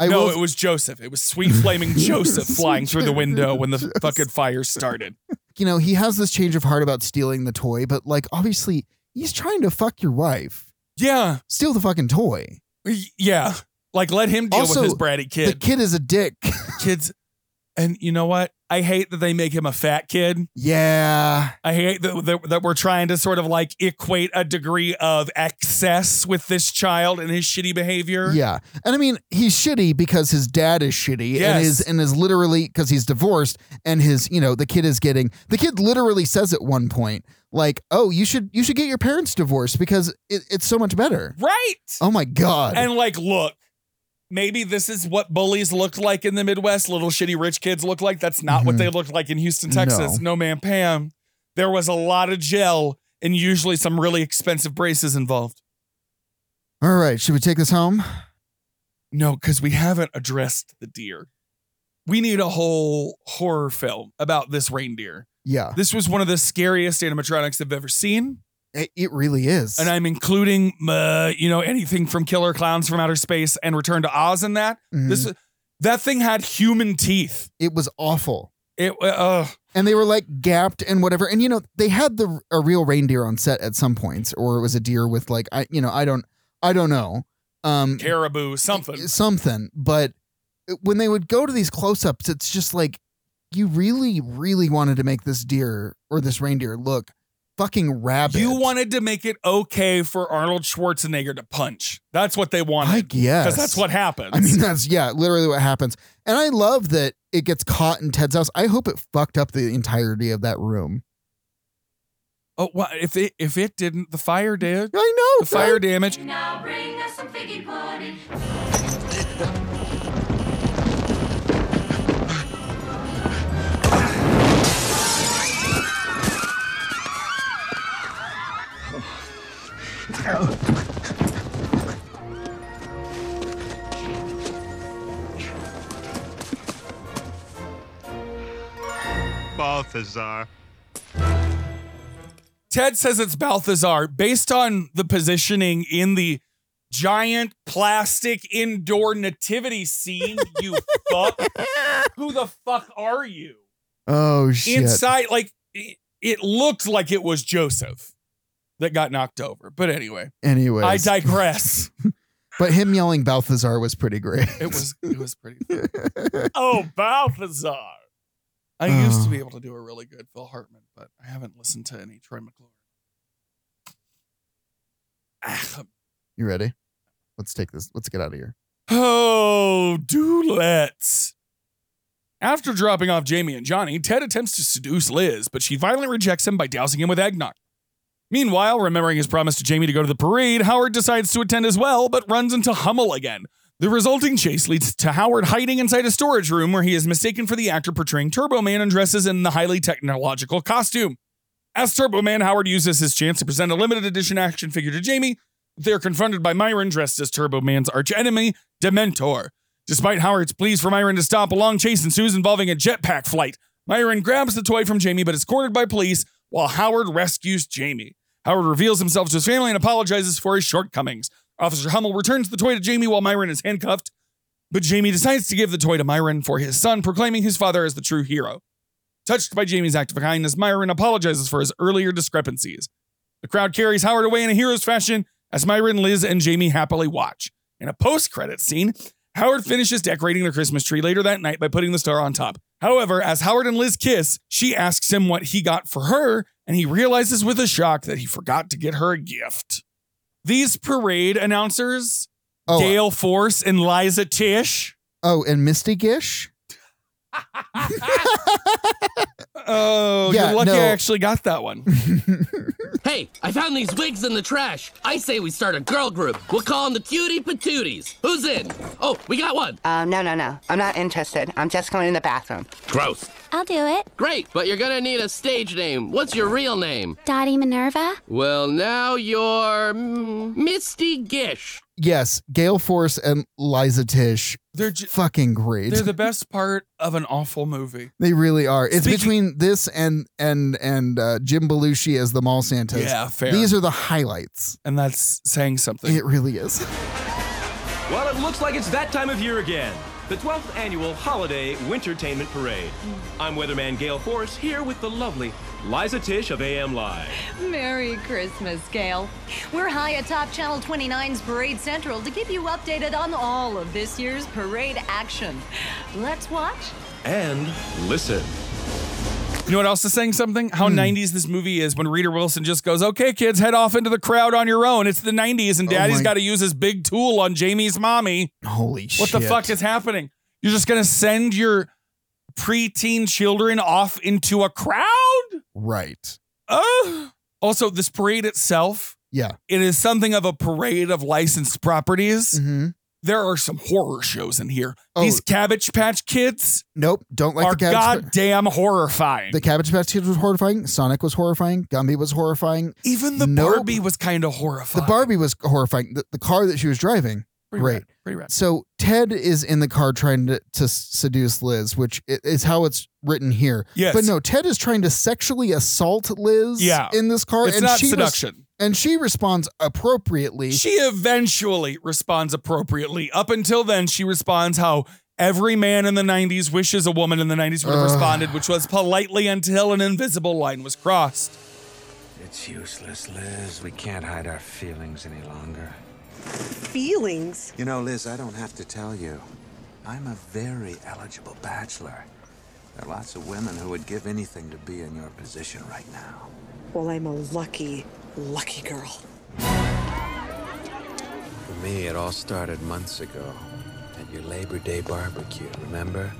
[SPEAKER 3] I
[SPEAKER 2] no,
[SPEAKER 3] will-
[SPEAKER 2] it was Joseph. It was sweet flaming Joseph flying through the window when the fucking fire started.
[SPEAKER 3] You know, he has this change of heart about stealing the toy, but like, obviously, he's trying to fuck your wife.
[SPEAKER 2] Yeah.
[SPEAKER 3] Steal the fucking toy.
[SPEAKER 2] Y- Yeah. Like let him deal
[SPEAKER 3] Also,
[SPEAKER 2] with his bratty kid.
[SPEAKER 3] The kid is a dick.
[SPEAKER 2] Kids and you know what? I hate that they make him a fat kid.
[SPEAKER 3] yeah.
[SPEAKER 2] I hate that, that that we're trying to sort of like equate a degree of excess with this child and his shitty behavior.
[SPEAKER 3] Yeah. And I mean, he's shitty because his dad is shitty
[SPEAKER 2] Yes.
[SPEAKER 3] and is and is literally because he's divorced and his, you know, the kid is getting the kid literally says at one point, like, oh, you should you should get your parents divorced because it, it's so much better.
[SPEAKER 2] Right.
[SPEAKER 3] Oh my God.
[SPEAKER 2] And like, look, maybe this is what bullies looked like in the Midwest. Little shitty rich kids look like. That's not what
[SPEAKER 3] Mhm.
[SPEAKER 2] they looked like in Houston, Texas. No.
[SPEAKER 3] No.
[SPEAKER 2] man, Pam. There was a lot of gel and usually some really expensive braces involved.
[SPEAKER 3] All right, should we take this home?
[SPEAKER 2] No, because we haven't addressed the deer. We need a whole horror film about this reindeer.
[SPEAKER 3] Yeah.
[SPEAKER 2] This was one of the scariest animatronics I've ever seen.
[SPEAKER 3] It, it really is.
[SPEAKER 2] And I'm including, uh, you know, anything from Killer Clowns from Outer Space and Return to Oz in that.
[SPEAKER 3] Mm-hmm.
[SPEAKER 2] This that thing had human teeth.
[SPEAKER 3] It was awful.
[SPEAKER 2] It uh,
[SPEAKER 3] and they were like gapped and whatever. And you know, they had the a real reindeer on set at some points, or it was a deer with like I, you know, I don't, I don't know, um,
[SPEAKER 2] caribou, something.
[SPEAKER 3] something. But when they would go to these close-ups, it's just like you really, really wanted to make this deer or this reindeer look fucking rabid.
[SPEAKER 2] You wanted to make it okay for Arnold Schwarzenegger to punch. That's what they wanted.
[SPEAKER 3] I guess.
[SPEAKER 2] because that's what happens.
[SPEAKER 3] I mean, that's yeah, literally what happens. And I love that it gets caught in Ted's house. I hope it fucked up the entirety of that room.
[SPEAKER 2] oh, well, if it if it didn't, the fire did.
[SPEAKER 3] I know
[SPEAKER 2] the fire damage.
[SPEAKER 7] Now bring us some figgy pudding.
[SPEAKER 9] Balthazar.
[SPEAKER 2] Ted says it's Balthazar based on the positioning in the giant plastic indoor nativity scene. You fuck. Who the fuck are you?
[SPEAKER 3] Oh shit!
[SPEAKER 2] Inside, like it, it looked like it was Joseph that got knocked over. But anyway,
[SPEAKER 3] Anyways,
[SPEAKER 2] I digress.
[SPEAKER 3] but him yelling Balthazar was pretty great.
[SPEAKER 2] it was it was pretty. Funny. oh, Balthazar. I used to be able to do a really good Phil Hartman, but I haven't listened to any Troy McClure.
[SPEAKER 3] You ready? Let's take this. Let's get out of here.
[SPEAKER 2] Oh, Doolett. After dropping off Jamie and Johnny, Ted attempts to seduce Liz, but she violently rejects him by dousing him with eggnog. Meanwhile, remembering his promise to Jamie to go to the parade, Howard decides to attend as well, but runs into Hummel again. The resulting chase leads to Howard hiding inside a storage room where he is mistaken for the actor portraying Turbo Man and dresses in the highly technological costume. As Turbo Man, Howard uses his chance to present a limited edition action figure to Jamie. They're confronted by Myron, dressed as Turbo Man's archenemy, Dementor. Despite Howard's pleas for Myron to stop, a long chase ensues involving a jetpack flight. Myron grabs the toy from Jamie but is cornered by police, while Howard rescues Jamie. Howard reveals himself to his family and apologizes for his shortcomings. Officer Hummel returns the toy to Jamie while Myron is handcuffed, but Jamie decides to give the toy to Myron for his son, proclaiming his father as the true hero. Touched by Jamie's act of kindness, Myron apologizes for his earlier discrepancies. The crowd carries Howard away in a hero's fashion as Myron, Liz, and Jamie happily watch. In a post credit scene, Howard finishes decorating the Christmas tree later that night by putting the star on top. However, as Howard and Liz kiss, she asks him what he got for her, and he realizes with a shock that he forgot to get her a gift. These parade announcers,
[SPEAKER 3] Oh, uh-
[SPEAKER 2] Dale Force and Liza Tish.
[SPEAKER 3] Oh, and Misty Gish.
[SPEAKER 2] Oh,
[SPEAKER 3] Yeah,
[SPEAKER 2] you're lucky
[SPEAKER 3] no.
[SPEAKER 2] I actually got that one.
[SPEAKER 12] Hey, I found these wigs in the trash. I say we start a girl group. We'll call them the Cutie Patooties. Who's in? Oh, we got one.
[SPEAKER 23] Um, no, no, no. I'm not interested. I'm just going in the bathroom.
[SPEAKER 12] Gross.
[SPEAKER 23] I'll do it.
[SPEAKER 12] Great, but you're gonna need a stage name. What's your real name?
[SPEAKER 23] Dottie Minerva?
[SPEAKER 12] Well, now you're mm, Misty Gish.
[SPEAKER 3] Yes, Gale Force and Liza Tish.
[SPEAKER 2] They're
[SPEAKER 3] fucking great.
[SPEAKER 2] They're the best part of an awful movie.
[SPEAKER 3] They really are. It's
[SPEAKER 2] Speaking-
[SPEAKER 3] between this and and and uh, Jim Belushi as the mall Santas.
[SPEAKER 2] Yeah, fair.
[SPEAKER 3] These are the highlights,
[SPEAKER 2] and that's saying something.
[SPEAKER 3] It really is.
[SPEAKER 24] Well, it looks like it's that time of year again. The 12th annual Holiday Wintertainment Parade. I'm weatherman Gail Force here with the lovely Liza Tish of AM Live.
[SPEAKER 25] Merry Christmas, Gail. We're high atop Channel 29's Parade Central to keep you updated on all of this year's parade action. Let's watch.
[SPEAKER 24] And listen.
[SPEAKER 2] You know what else is saying something? How
[SPEAKER 3] Hmm.
[SPEAKER 2] 90s this movie is when Reader Wilson just goes, okay, kids, head off into the crowd on your own. It's the 90s, and
[SPEAKER 3] Oh
[SPEAKER 2] daddy's
[SPEAKER 3] my-
[SPEAKER 2] got to use his big tool on Jamie's mommy.
[SPEAKER 3] Holy
[SPEAKER 2] What the
[SPEAKER 3] shit.
[SPEAKER 2] fuck is happening? You're just going to send your preteen children off into a crowd?
[SPEAKER 3] Right.
[SPEAKER 2] Oh. Also, this parade itself,
[SPEAKER 3] Yeah.
[SPEAKER 2] it is something of a parade of licensed properties.
[SPEAKER 3] Mm-hmm.
[SPEAKER 2] There are some horror shows in here.
[SPEAKER 3] Oh.
[SPEAKER 2] These Cabbage Patch Kids
[SPEAKER 3] Nope. Don't like
[SPEAKER 2] are
[SPEAKER 3] the Cabbage. Patch-
[SPEAKER 2] goddamn horrifying.
[SPEAKER 3] the Cabbage Patch Kids was horrifying. Sonic was horrifying. Gumby was horrifying.
[SPEAKER 2] Even the
[SPEAKER 3] Nope.
[SPEAKER 2] Barbie was kind of horrifying.
[SPEAKER 3] The Barbie was horrifying. The, the car that she was driving. right. So Ted is in the car trying to, to seduce Liz, which i- is how it's written here.
[SPEAKER 2] Yes.
[SPEAKER 3] But no, Ted is trying to sexually assault Liz
[SPEAKER 2] Yeah.
[SPEAKER 3] in this car.
[SPEAKER 2] It's not
[SPEAKER 3] res-
[SPEAKER 2] seduction.
[SPEAKER 3] and she responds appropriately.
[SPEAKER 2] She eventually responds appropriately. Up until then, she responds how every man in the 90s wishes a woman in the 90s would have
[SPEAKER 6] Ugh.
[SPEAKER 2] responded, which was politely until an invisible line was crossed.
[SPEAKER 6] It's useless, Liz. We can't hide our feelings any longer.
[SPEAKER 9] Feelings?
[SPEAKER 6] You know, Liz, I don't have to tell you. I'm a very eligible bachelor. There are lots of women who would give anything to be in your position right now.
[SPEAKER 9] Well, I'm a lucky, lucky girl.
[SPEAKER 6] For me, it all started months ago at your Labor Day barbecue, remember?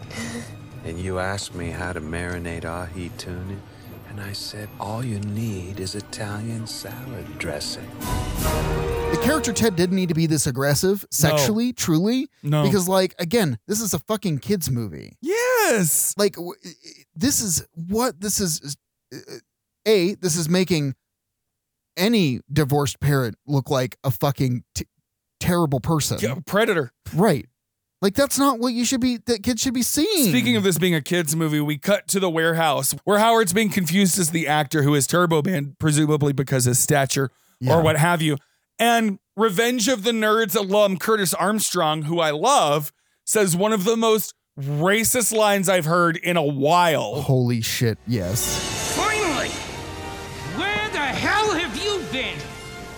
[SPEAKER 6] and you asked me how to marinate ahi tuna, and I said, all you need is Italian salad dressing.
[SPEAKER 3] The character Ted didn't need to be this aggressive sexually, truly.
[SPEAKER 6] No.
[SPEAKER 3] Because, like, again, this is a fucking kids movie.
[SPEAKER 2] Yes.
[SPEAKER 3] Like, w- this is what this is. is- uh, A, this is making any divorced parent look like a fucking t- terrible person.
[SPEAKER 2] Yeah, predator.
[SPEAKER 3] Right. Like, that's not what you should be, that kids should be seeing.
[SPEAKER 2] Speaking of this being a kids' movie, we cut to the warehouse where Howard's being confused as the actor who is Turbo Man, presumably because his stature
[SPEAKER 3] Yeah.
[SPEAKER 2] or what have you. And Revenge of the Nerds alum Curtis Armstrong, who I love, says one of the most racist lines I've heard in a while.
[SPEAKER 3] Holy shit, yes.
[SPEAKER 10] Finally! Where the hell have you been?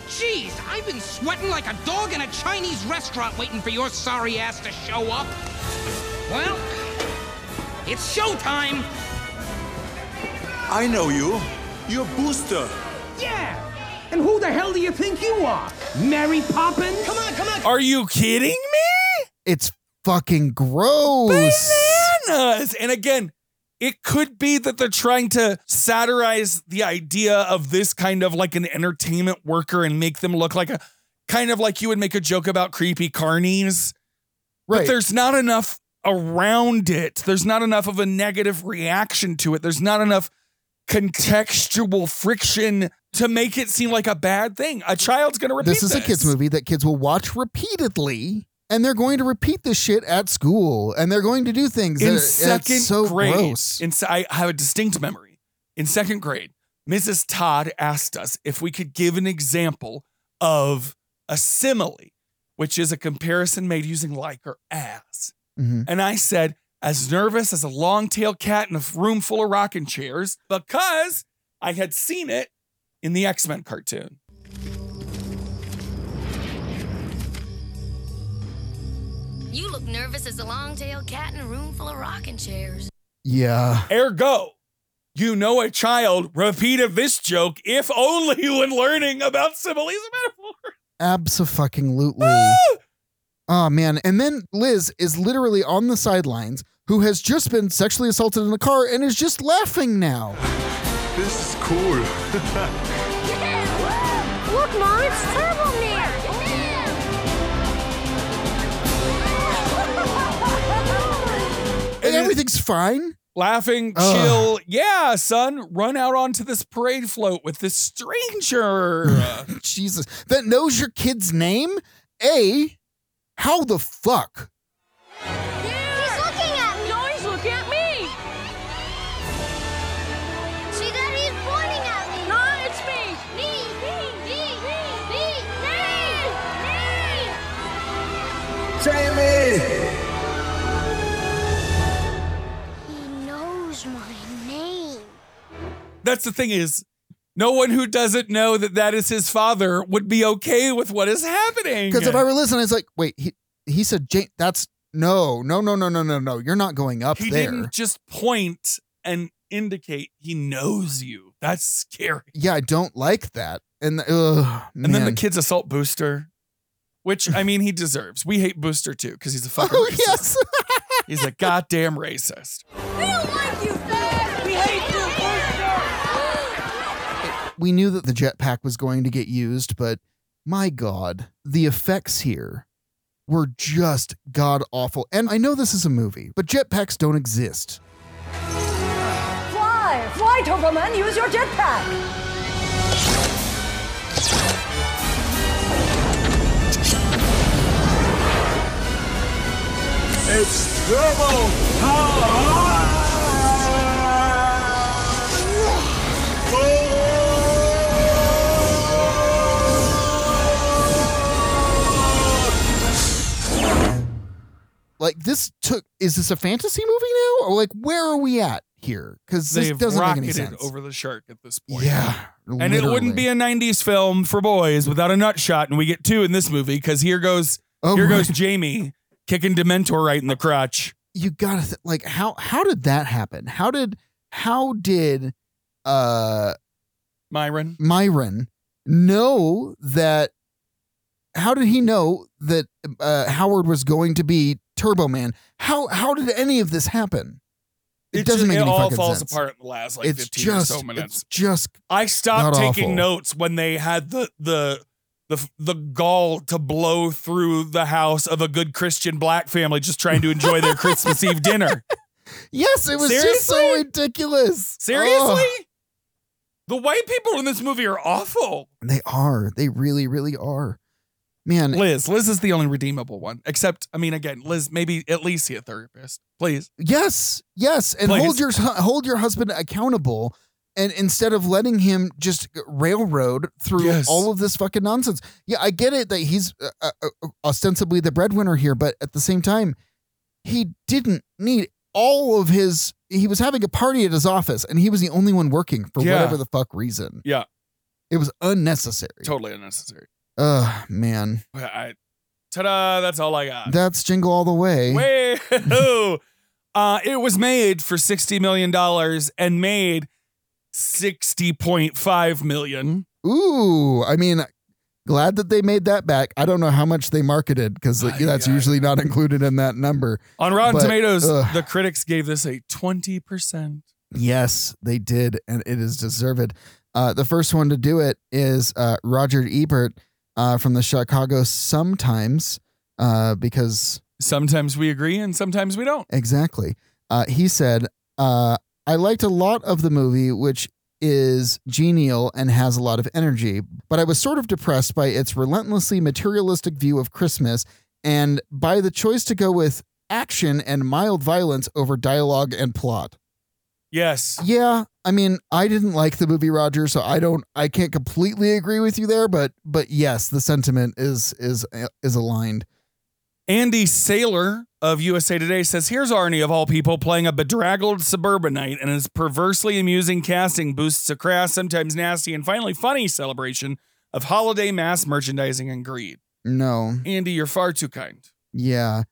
[SPEAKER 10] Jeez, I've been sweating like a dog in a Chinese restaurant waiting for your sorry ass to show up. Well, it's showtime!
[SPEAKER 15] I know you. You're Booster.
[SPEAKER 10] Yeah! And who the hell do you think you are? Mary Poppins? Come on, come on!
[SPEAKER 2] Are you kidding
[SPEAKER 3] It's fucking gross.
[SPEAKER 2] bananas. And again, it could be that they're trying to satirize the idea of this kind of like an entertainment worker and make them look like a kind of like you would make a joke about creepy carnies.
[SPEAKER 3] Right.
[SPEAKER 2] But there's not enough around it. There's not enough of a negative reaction to it. There's not enough contextual friction to make it seem like a bad thing. A child's going to repeat
[SPEAKER 3] This
[SPEAKER 2] this.
[SPEAKER 3] is a kids movie that kids will watch repeatedly. And they're going to repeat this shit at school, and they're going to do things. that-
[SPEAKER 2] in
[SPEAKER 3] it's
[SPEAKER 2] second
[SPEAKER 3] so
[SPEAKER 2] grade.
[SPEAKER 3] gross.
[SPEAKER 2] In, se- I have a distinct memory. In second grade, Mrs. Todd asked us if we could give an example of a simile, which is a comparison made using like or as.
[SPEAKER 3] Mhm.
[SPEAKER 2] And I said, as nervous as a long tailed cat in a room full of rocking chairs, because I had seen it in the X Men cartoon.
[SPEAKER 14] You look nervous as a long-tailed cat in a room full of rocking chairs.
[SPEAKER 3] Yeah.
[SPEAKER 2] Ergo, you know a child repeat of this joke if only when learning about similes and metaphors.
[SPEAKER 3] Absolutely.
[SPEAKER 2] Ah!
[SPEAKER 3] oh man. And then Liz is literally on the sidelines who has just been sexually assaulted in a car and is just laughing now.
[SPEAKER 15] This is cool.
[SPEAKER 10] Look, Mom, it's Turbo Man!
[SPEAKER 3] And everything's fine.
[SPEAKER 2] Laughing, chill. Yeah, son, run out onto this parade float with this stranger.
[SPEAKER 3] Jesus. That knows your kid's name? A. How the fuck?
[SPEAKER 10] He's looking at me! No, he's looking at me! See that? He's pointing at me! No, it's me! Me! Me! Me! Me! Me! Me!
[SPEAKER 15] Jamie!
[SPEAKER 4] He knows my name.
[SPEAKER 2] That's the thing is, no one who doesn't know that that is his father would be okay with what is happening.
[SPEAKER 3] Because if I were listening, it's like, wait, he he said Jane that's no, no, no, no, no, no, no. You're not going up
[SPEAKER 2] he
[SPEAKER 3] there.
[SPEAKER 2] didn't just point and indicate he knows you. That's scary.
[SPEAKER 3] Yeah, I don't like that. And ugh,
[SPEAKER 2] And then the
[SPEAKER 3] man.
[SPEAKER 2] kids assault Booster, which I mean he deserves. We hate Booster too because he's a fucking.
[SPEAKER 3] Oh,
[SPEAKER 2] racist.
[SPEAKER 3] yes.
[SPEAKER 2] he's a goddamn racist.
[SPEAKER 10] We hate you,
[SPEAKER 3] we knew that the jetpack was going to get used, but my God, the effects here were just god awful. And I know this is a movie, but jetpacks don't exist.
[SPEAKER 9] Fly! Fly, Turbo Man! Use your jetpack!
[SPEAKER 5] Turbo Power!
[SPEAKER 3] Like this took is this a fantasy movie now? Or like where are we at here? Because this
[SPEAKER 2] They've
[SPEAKER 3] doesn't make any
[SPEAKER 2] rocketed
[SPEAKER 3] sense.
[SPEAKER 2] over the shark at this point.
[SPEAKER 3] Yeah,
[SPEAKER 2] And it wouldn't be a 90s film for boys without a nut shot, and we get two in this movie because here goes
[SPEAKER 3] Oh
[SPEAKER 2] here goes Jamie kicking Dementor right in the crotch.
[SPEAKER 3] you gotta th- like how how did that happen? How did how did uh
[SPEAKER 2] Myron
[SPEAKER 3] Myron know that? How did he know that uh, Howard was going to be Turbo Man? How how did any of this happen? It,
[SPEAKER 2] It
[SPEAKER 3] doesn't
[SPEAKER 2] just-
[SPEAKER 3] make
[SPEAKER 2] it
[SPEAKER 3] any
[SPEAKER 2] all
[SPEAKER 3] fucking
[SPEAKER 2] falls
[SPEAKER 3] sense.
[SPEAKER 2] apart in the last, like,
[SPEAKER 3] it's
[SPEAKER 2] 15 or
[SPEAKER 3] just,
[SPEAKER 2] so minutes.
[SPEAKER 3] It's just
[SPEAKER 2] I stopped
[SPEAKER 3] Not
[SPEAKER 2] taking
[SPEAKER 3] awful.
[SPEAKER 2] notes when they had the the the the gall to blow through the house of a good Christian black family just trying to enjoy their Christmas Eve dinner.
[SPEAKER 3] Oh. yes, it was just so
[SPEAKER 2] Seriously?
[SPEAKER 3] ridiculous.
[SPEAKER 2] Seriously?
[SPEAKER 3] Ugh.
[SPEAKER 2] The white people in this movie are awful.
[SPEAKER 3] they are. They really, really are. Man,
[SPEAKER 2] Liz, Liz is the only redeemable one. Except, I mean, again, Liz, maybe at least see a therapist, please.
[SPEAKER 3] Yes, yes, and
[SPEAKER 2] Please.
[SPEAKER 3] hold your hold your husband accountable, and instead of letting him just railroad through
[SPEAKER 2] Yes.
[SPEAKER 3] all of this fucking nonsense. Yeah, I get it that he's uh, uh, uh, ostensibly the breadwinner here, but at the same time, he didn't need all of his. He was having a party at his office, and he was the only one working for
[SPEAKER 2] Yeah.
[SPEAKER 3] whatever the fuck reason.
[SPEAKER 2] Yeah,
[SPEAKER 3] It was unnecessary.
[SPEAKER 2] totally unnecessary.
[SPEAKER 3] Ugh, man,
[SPEAKER 2] Well, I, ta-da! That's all I got.
[SPEAKER 3] that's jingle all the way.
[SPEAKER 2] Way ho! Uh, it was made for sixty million dollars and made sixty point five million.
[SPEAKER 3] Ooh, I mean, glad that they made that back. I don't know how much they marketed because that's usually not included in that number.
[SPEAKER 2] On Rotten
[SPEAKER 3] But,
[SPEAKER 2] Tomatoes,
[SPEAKER 3] ugh,
[SPEAKER 2] the critics gave this a twenty percent.
[SPEAKER 3] yes, they did, and it is deserved. Uh, the first one to do it is uh, Roger Ebert uh, from the Chicago Sometimes, uh, because
[SPEAKER 2] Sometimes we agree and sometimes we don't.
[SPEAKER 3] Exactly. Uh, he said, uh, I liked a lot of the movie, which is genial and has a lot of energy, but I was sort of depressed by its relentlessly materialistic view of Christmas and by the choice to go with action and mild violence over dialogue and plot.
[SPEAKER 2] Yes.
[SPEAKER 3] Yeah, I mean, I didn't like the movie Roger, so I don't I can't completely agree with you there, but but yes, the sentiment is is uh, is aligned.
[SPEAKER 2] Andy Saylor of USA Today says, Here's Arnie, of all people, playing a bedraggled suburbanite, and his perversely amusing casting boosts a crass, sometimes nasty, and finally funny celebration of holiday mass merchandising and greed.
[SPEAKER 3] No.
[SPEAKER 2] Andy, you're far too kind.
[SPEAKER 3] Yeah.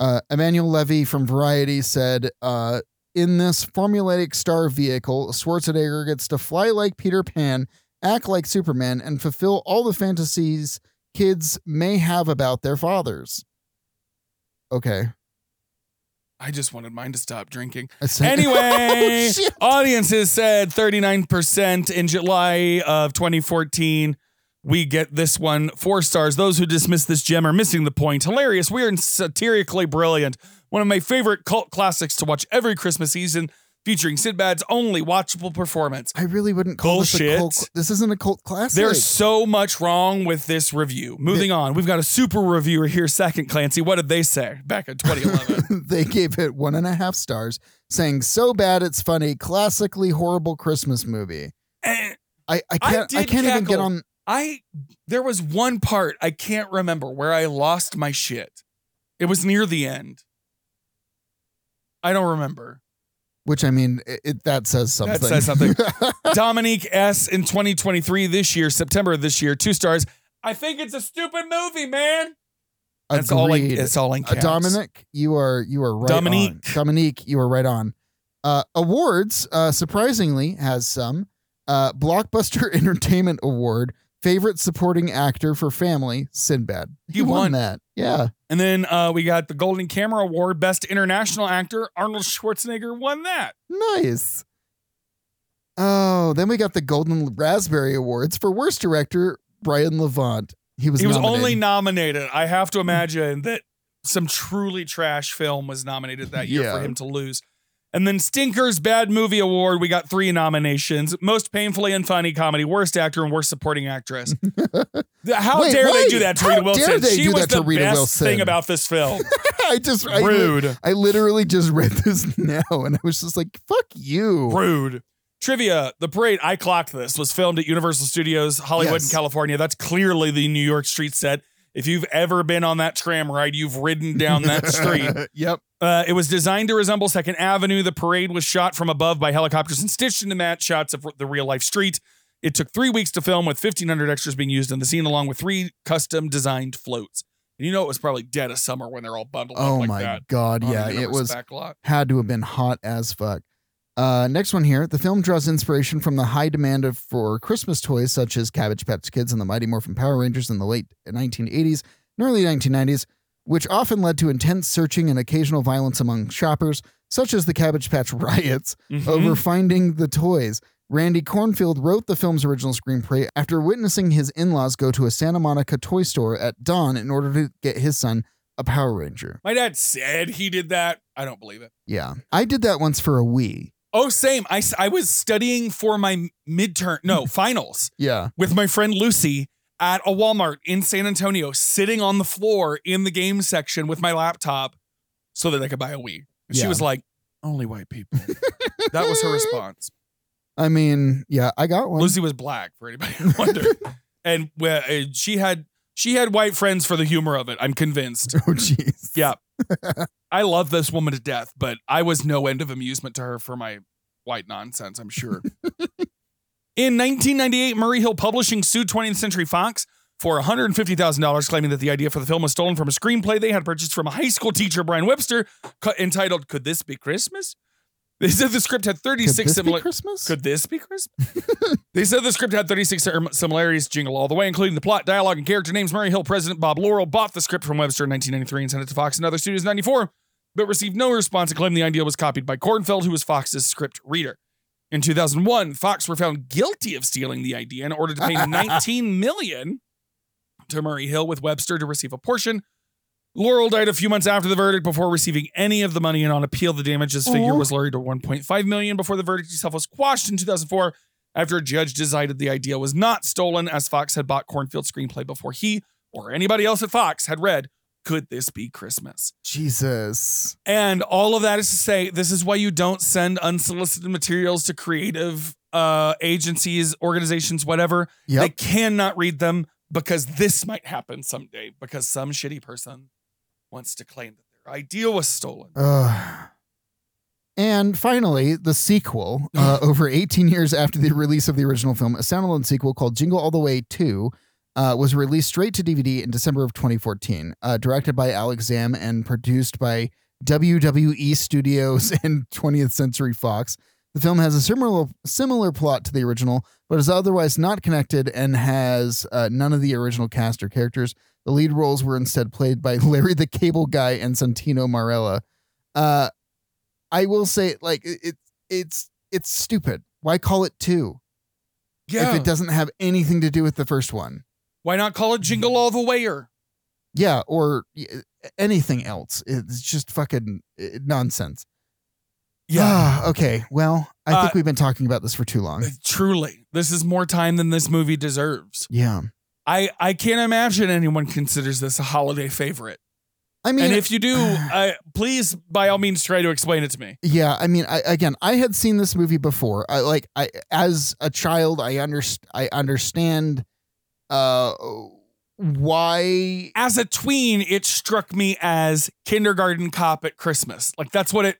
[SPEAKER 3] Uh, Emmanuel Levy from Variety said, uh, in this formulaic star vehicle, Schwarzenegger gets to fly like Peter Pan, act like Superman, and fulfill all the fantasies kids may have about their fathers. Okay.
[SPEAKER 2] I just wanted mine to stop drinking.
[SPEAKER 3] said-
[SPEAKER 2] Anyway,
[SPEAKER 3] Oh, shit.
[SPEAKER 2] audiences said 39% in July of 2014. We get this one four stars. Those who dismiss this gem are missing the point. Hilarious, weird, and satirically brilliant. One of my favorite cult classics to watch every Christmas season, featuring Sinbad's only watchable performance.
[SPEAKER 3] I really wouldn't call this a
[SPEAKER 2] Bullshit.
[SPEAKER 3] cult. This isn't a cult classic.
[SPEAKER 2] There's so much wrong with this review. Moving on, we've got a super reviewer here, second Clancy. What did they say back in 2011?
[SPEAKER 3] they gave it one and a half stars, saying so bad it's funny, classically horrible Christmas movie. I, I can't I,
[SPEAKER 2] Eh. did
[SPEAKER 3] can't even get
[SPEAKER 2] cackle.
[SPEAKER 3] on
[SPEAKER 2] I there was one part I can't remember where I lost my shit. It was near the end. I don't remember.
[SPEAKER 3] which I mean it, it- that says something.
[SPEAKER 2] That says something. Dominique S in 2023 this year, September of this year, two stars. I think it's a stupid movie, man. That's all I-
[SPEAKER 3] Agreed.
[SPEAKER 2] it's all in
[SPEAKER 3] Uh,
[SPEAKER 2] caps.
[SPEAKER 3] Dominic, you are you are right
[SPEAKER 2] Dominique.
[SPEAKER 3] on. Dominique, you are right on. Uh, awards, uh, surprisingly, has some. Uh, Blockbuster Entertainment Award, favorite supporting actor for family, Sinbad. He,
[SPEAKER 2] You won.
[SPEAKER 3] that. Yeah.
[SPEAKER 2] And then uh, we got the Golden Camera Award, Best International Actor. Arnold Schwarzenegger won that.
[SPEAKER 3] Nice. Oh, then we got the Golden Raspberry Awards for worst director, Brian Levant. He was
[SPEAKER 2] he was
[SPEAKER 3] nominated.
[SPEAKER 2] only nominated. I have to imagine that some truly trash film was nominated that year
[SPEAKER 3] Yeah.
[SPEAKER 2] for him to lose. And then Stinker's Bad Movie Award, we got three nominations Most Painfully and Funny Comedy, Worst Actor, and Worst Supporting Actress. How
[SPEAKER 3] Wait,
[SPEAKER 2] dare they
[SPEAKER 3] wait.
[SPEAKER 2] do that to
[SPEAKER 3] How
[SPEAKER 2] Rita Wilson?
[SPEAKER 3] dare they
[SPEAKER 2] she
[SPEAKER 3] do
[SPEAKER 2] was
[SPEAKER 3] that
[SPEAKER 2] the
[SPEAKER 3] to Rita
[SPEAKER 2] best
[SPEAKER 3] Wilson?
[SPEAKER 2] thing about this film.
[SPEAKER 3] I just I li-
[SPEAKER 2] Rude.
[SPEAKER 3] I, literally just read this now, and I was just like, "Fuck you."
[SPEAKER 2] Rude. Trivia The parade, I clocked this, was filmed at Universal Studios, Hollywood,
[SPEAKER 3] Yes.
[SPEAKER 2] and California. That's clearly the New York street set. If you've ever been on that tram ride, you've ridden down that street.
[SPEAKER 3] yep.
[SPEAKER 2] Uh, it was designed to resemble Second Avenue. The parade was shot from above by helicopters and stitched into matte shots of the real life street. It took three weeks to film, with 1,500 extras being used in the scene, along with three custom designed floats. And you know, it was probably dead of summer when they're all bundled up
[SPEAKER 3] Oh
[SPEAKER 2] like
[SPEAKER 3] my
[SPEAKER 2] that.
[SPEAKER 3] god,
[SPEAKER 2] on the
[SPEAKER 3] yeah, it
[SPEAKER 2] Universe
[SPEAKER 3] was
[SPEAKER 2] back lot.
[SPEAKER 3] had to have been hot as fuck. Uh, next one here. The film draws inspiration from the high demand of, for Christmas toys such as Cabbage Patch Kids and the Mighty Morphin Power Rangers in the late 1980s and early 1990s, which often led to intense searching and occasional violence among shoppers, such as the Cabbage Patch riots
[SPEAKER 2] Mhm.
[SPEAKER 3] over finding the toys. Randy Cornfield wrote the film's original screenplay after witnessing his in laws go to a Santa Monica toy store at dawn in order to get his son a Power Ranger.
[SPEAKER 2] My dad said he did that. I don't believe it.
[SPEAKER 3] Yeah. I did that once for a Wii.
[SPEAKER 2] Oh, same. I, s- I was studying for my midterm, no, finals
[SPEAKER 3] Yeah.
[SPEAKER 2] with my friend Lucy at a Walmart in San Antonio, sitting on the floor in the game section with my laptop so that I could buy a Wii. And She
[SPEAKER 3] Yeah.
[SPEAKER 2] was like, only white people. that was her response.
[SPEAKER 3] I mean, yeah, I got one.
[SPEAKER 2] Lucy was black, for anybody who wondered. and well, uh, she had she had white friends for the humor of it. I'm convinced.
[SPEAKER 3] Oh, jeez.
[SPEAKER 2] Yeah, I love this woman to death, but I was no end of amusement to her for my white nonsense. I'm sure. In 1998, Murray Hill Publishing sued 20th Century Fox for $150,000, claiming that the idea for the film was stolen from a screenplay they had purchased from a high school teacher, Brian Webster, cu- entitled "Could This Be Christmas?" They said the script had 36
[SPEAKER 3] Could this be
[SPEAKER 2] similar.
[SPEAKER 3] Christmas?
[SPEAKER 2] Could this be Christmas? They said the script had 36 sim- similarities, jingle all the way, including the plot, dialogue, and character names. Murray Hill president Bob Laurel bought the script from Webster in 1993 and sent it to Fox and other studios in 94, but received no response and claimed the idea was copied by Kornfeld, who was Fox's script reader. In 2001, Fox were found guilty of stealing the idea in order to pay 19 million to Murray Hill with Webster to receive a portion. Laurel died a few months after the verdict before receiving any of the money, and on appeal, the damages figure
[SPEAKER 3] Aw.
[SPEAKER 2] was lowered to 1.5 million before the verdict itself was quashed in 2004 after a judge decided the idea was not stolen, as Fox had bought Cornfield's screenplay before he or anybody else at Fox had read "Could This Be Christmas?"
[SPEAKER 3] Jesus.
[SPEAKER 2] And all of that is to say, this is why you don't send unsolicited materials to creative uh, agencies, organizations, whatever.
[SPEAKER 3] Yep.
[SPEAKER 2] They cannot read them because this might happen someday because some shitty person wants to claim that their idea was stolen.
[SPEAKER 3] Ugh. Uh, and finally, the sequel, uh, over 18 years after the release of the original film, a standalone sequel called Jingle All the Way 2 uh, was released straight to DVD in December of 2014, uh, directed by Alex Zam and produced by WWE Studios and 20th Century Fox. The film has a similar similar plot to the original, but is otherwise not connected and has uh, none of the original cast or characters. The lead roles were instead played by Larry the Cable Guy and Santino Marella. Uh, I will say, like it, it, it's it's stupid. Why call it two?
[SPEAKER 2] Yeah.
[SPEAKER 3] if it doesn't have anything to do with the first one.
[SPEAKER 2] Why not call it Jingle All the Wayer?
[SPEAKER 3] Yeah, or y- anything else. It's just fucking uh, nonsense. Ah, okay. Well, I
[SPEAKER 2] Uh,
[SPEAKER 3] think we've been talking about this for too long.
[SPEAKER 2] Truly, this is more time than this movie deserves.
[SPEAKER 3] Yeah.
[SPEAKER 2] I, I can't imagine anyone considers this a holiday favorite.
[SPEAKER 3] I mean,
[SPEAKER 2] and if you do, uh, please, by all means, try to explain it to me.
[SPEAKER 3] Yeah, I mean, I, again, I had seen this movie before. I like, I as a child, I underst- I understand, uh, why
[SPEAKER 2] As a tween, it struck me as kindergarten cop at Christmas. Like that's what it.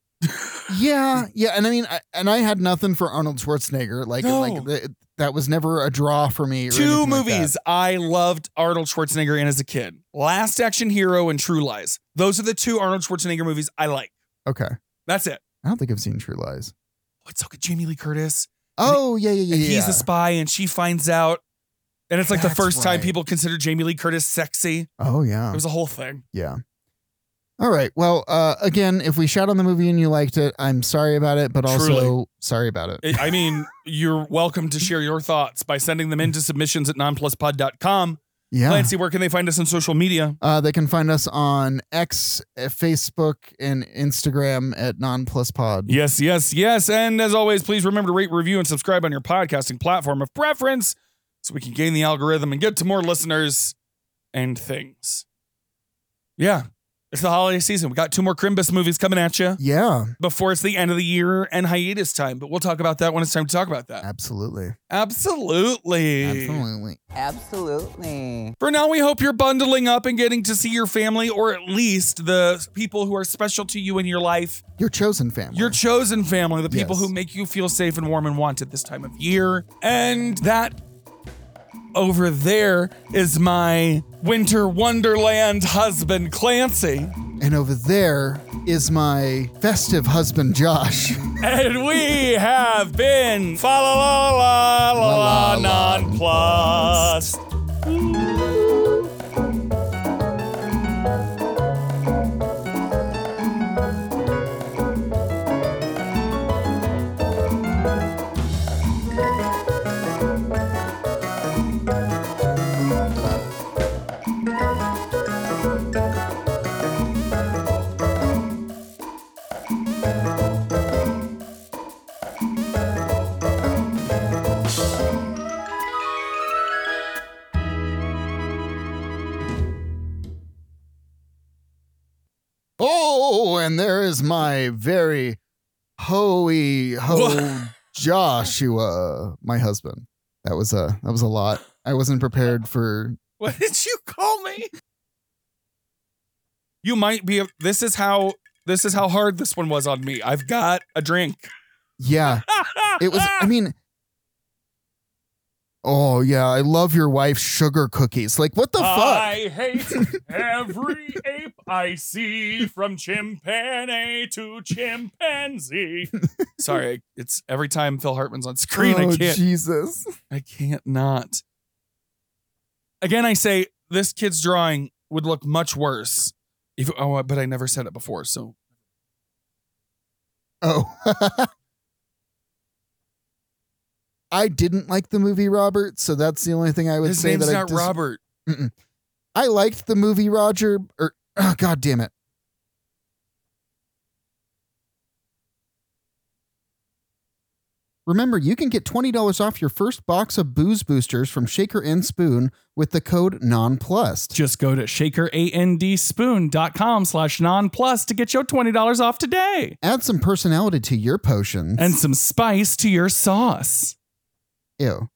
[SPEAKER 3] yeah, yeah, and I mean, I, and I had nothing for Arnold Schwarzenegger. Like,
[SPEAKER 2] No.
[SPEAKER 3] like th- that was never a draw for me. or
[SPEAKER 2] Two
[SPEAKER 3] anything like that.
[SPEAKER 2] movies I loved Arnold Schwarzenegger in as a kid: Last Action Hero and True Lies. Those are the two Arnold Schwarzenegger movies I like.
[SPEAKER 3] Okay,
[SPEAKER 2] That's it.
[SPEAKER 3] I don't think I've seen True Lies.
[SPEAKER 2] What's up with Jamie Lee Curtis?
[SPEAKER 3] Oh yeah, yeah, yeah,
[SPEAKER 2] And
[SPEAKER 3] yeah.
[SPEAKER 2] He's the spy, and she finds out, and it's like
[SPEAKER 3] That's
[SPEAKER 2] the first time
[SPEAKER 3] right.
[SPEAKER 2] people consider Jamie Lee Curtis sexy.
[SPEAKER 3] oh yeah.
[SPEAKER 2] It was a whole thing.
[SPEAKER 3] Yeah. All right. Well, uh, again, if we shout on the movie and you liked it, I'm sorry about it, but also
[SPEAKER 2] Truly.
[SPEAKER 3] sorry about it.
[SPEAKER 2] I I mean, you're welcome to share your thoughts by sending them into submissions at nonpluspod.com.
[SPEAKER 3] Yeah.
[SPEAKER 2] Clancy, where can they find us on social media?
[SPEAKER 3] Uh, they can find us on X, uh, Facebook, and Instagram at nonpluspod.
[SPEAKER 2] Yes, yes, yes. And as always, please remember to rate, review, and subscribe on your podcasting platform of preference so we can gain the algorithm and get to more listeners and things. Yeah. It's the holiday season. We got two more Crimbus movies coming at you
[SPEAKER 3] Yeah,
[SPEAKER 2] before it's the end of the year and hiatus time, but we'll talk about that when it's time to talk about that.
[SPEAKER 3] absolutely.
[SPEAKER 2] Absolutely.
[SPEAKER 3] Absolutely.
[SPEAKER 16] Absolutely.
[SPEAKER 2] For now, we hope you're bundling up and getting to see your family or at least the people who are special to you in your life.
[SPEAKER 3] Your chosen family.
[SPEAKER 2] Your chosen family, the people
[SPEAKER 3] Yes.
[SPEAKER 2] who make you feel safe and warm and wanted this time of year. And that over there is my winter wonderland husband, Clancy.
[SPEAKER 3] And over there is my festive husband, Josh.
[SPEAKER 2] And we have been fa la la la la la nonplussed.
[SPEAKER 3] Oh, and there is my very hoey ho Joshua, my husband. That was a that was a lot. I wasn't prepared for
[SPEAKER 2] What did you call me? You might be. This is how. This is how hard this one was on me. I've got a drink.
[SPEAKER 3] Yeah. It was I mean Oh yeah, I love your wife's sugar cookies. Like what the fuck?
[SPEAKER 2] I hate every ape I see, from chimpanzee to chimpanzee. Sorry, it's every time Phil Hartman's on screen,
[SPEAKER 3] oh,
[SPEAKER 2] I can't.
[SPEAKER 3] Jesus.
[SPEAKER 2] I can't not. Again, I say this kid's drawing would look much worse. If oh, but I never said it before, so
[SPEAKER 3] Oh. I didn't like the movie Robert, so that's the only thing I would
[SPEAKER 2] his
[SPEAKER 3] say
[SPEAKER 2] name's
[SPEAKER 3] that
[SPEAKER 2] not
[SPEAKER 3] I dis-
[SPEAKER 2] Robert.
[SPEAKER 3] Mm-mm. I liked the movie Roger or oh, god damn it. Remember, you can get $20 off your first box of booze boosters from Shaker and Spoon with the code NONPLUSED.
[SPEAKER 2] Just go to shakerandspoon.com slash nonplus to get your $20 off today.
[SPEAKER 3] Add some personality to your potions.
[SPEAKER 2] And some spice to your sauce.
[SPEAKER 3] Ew.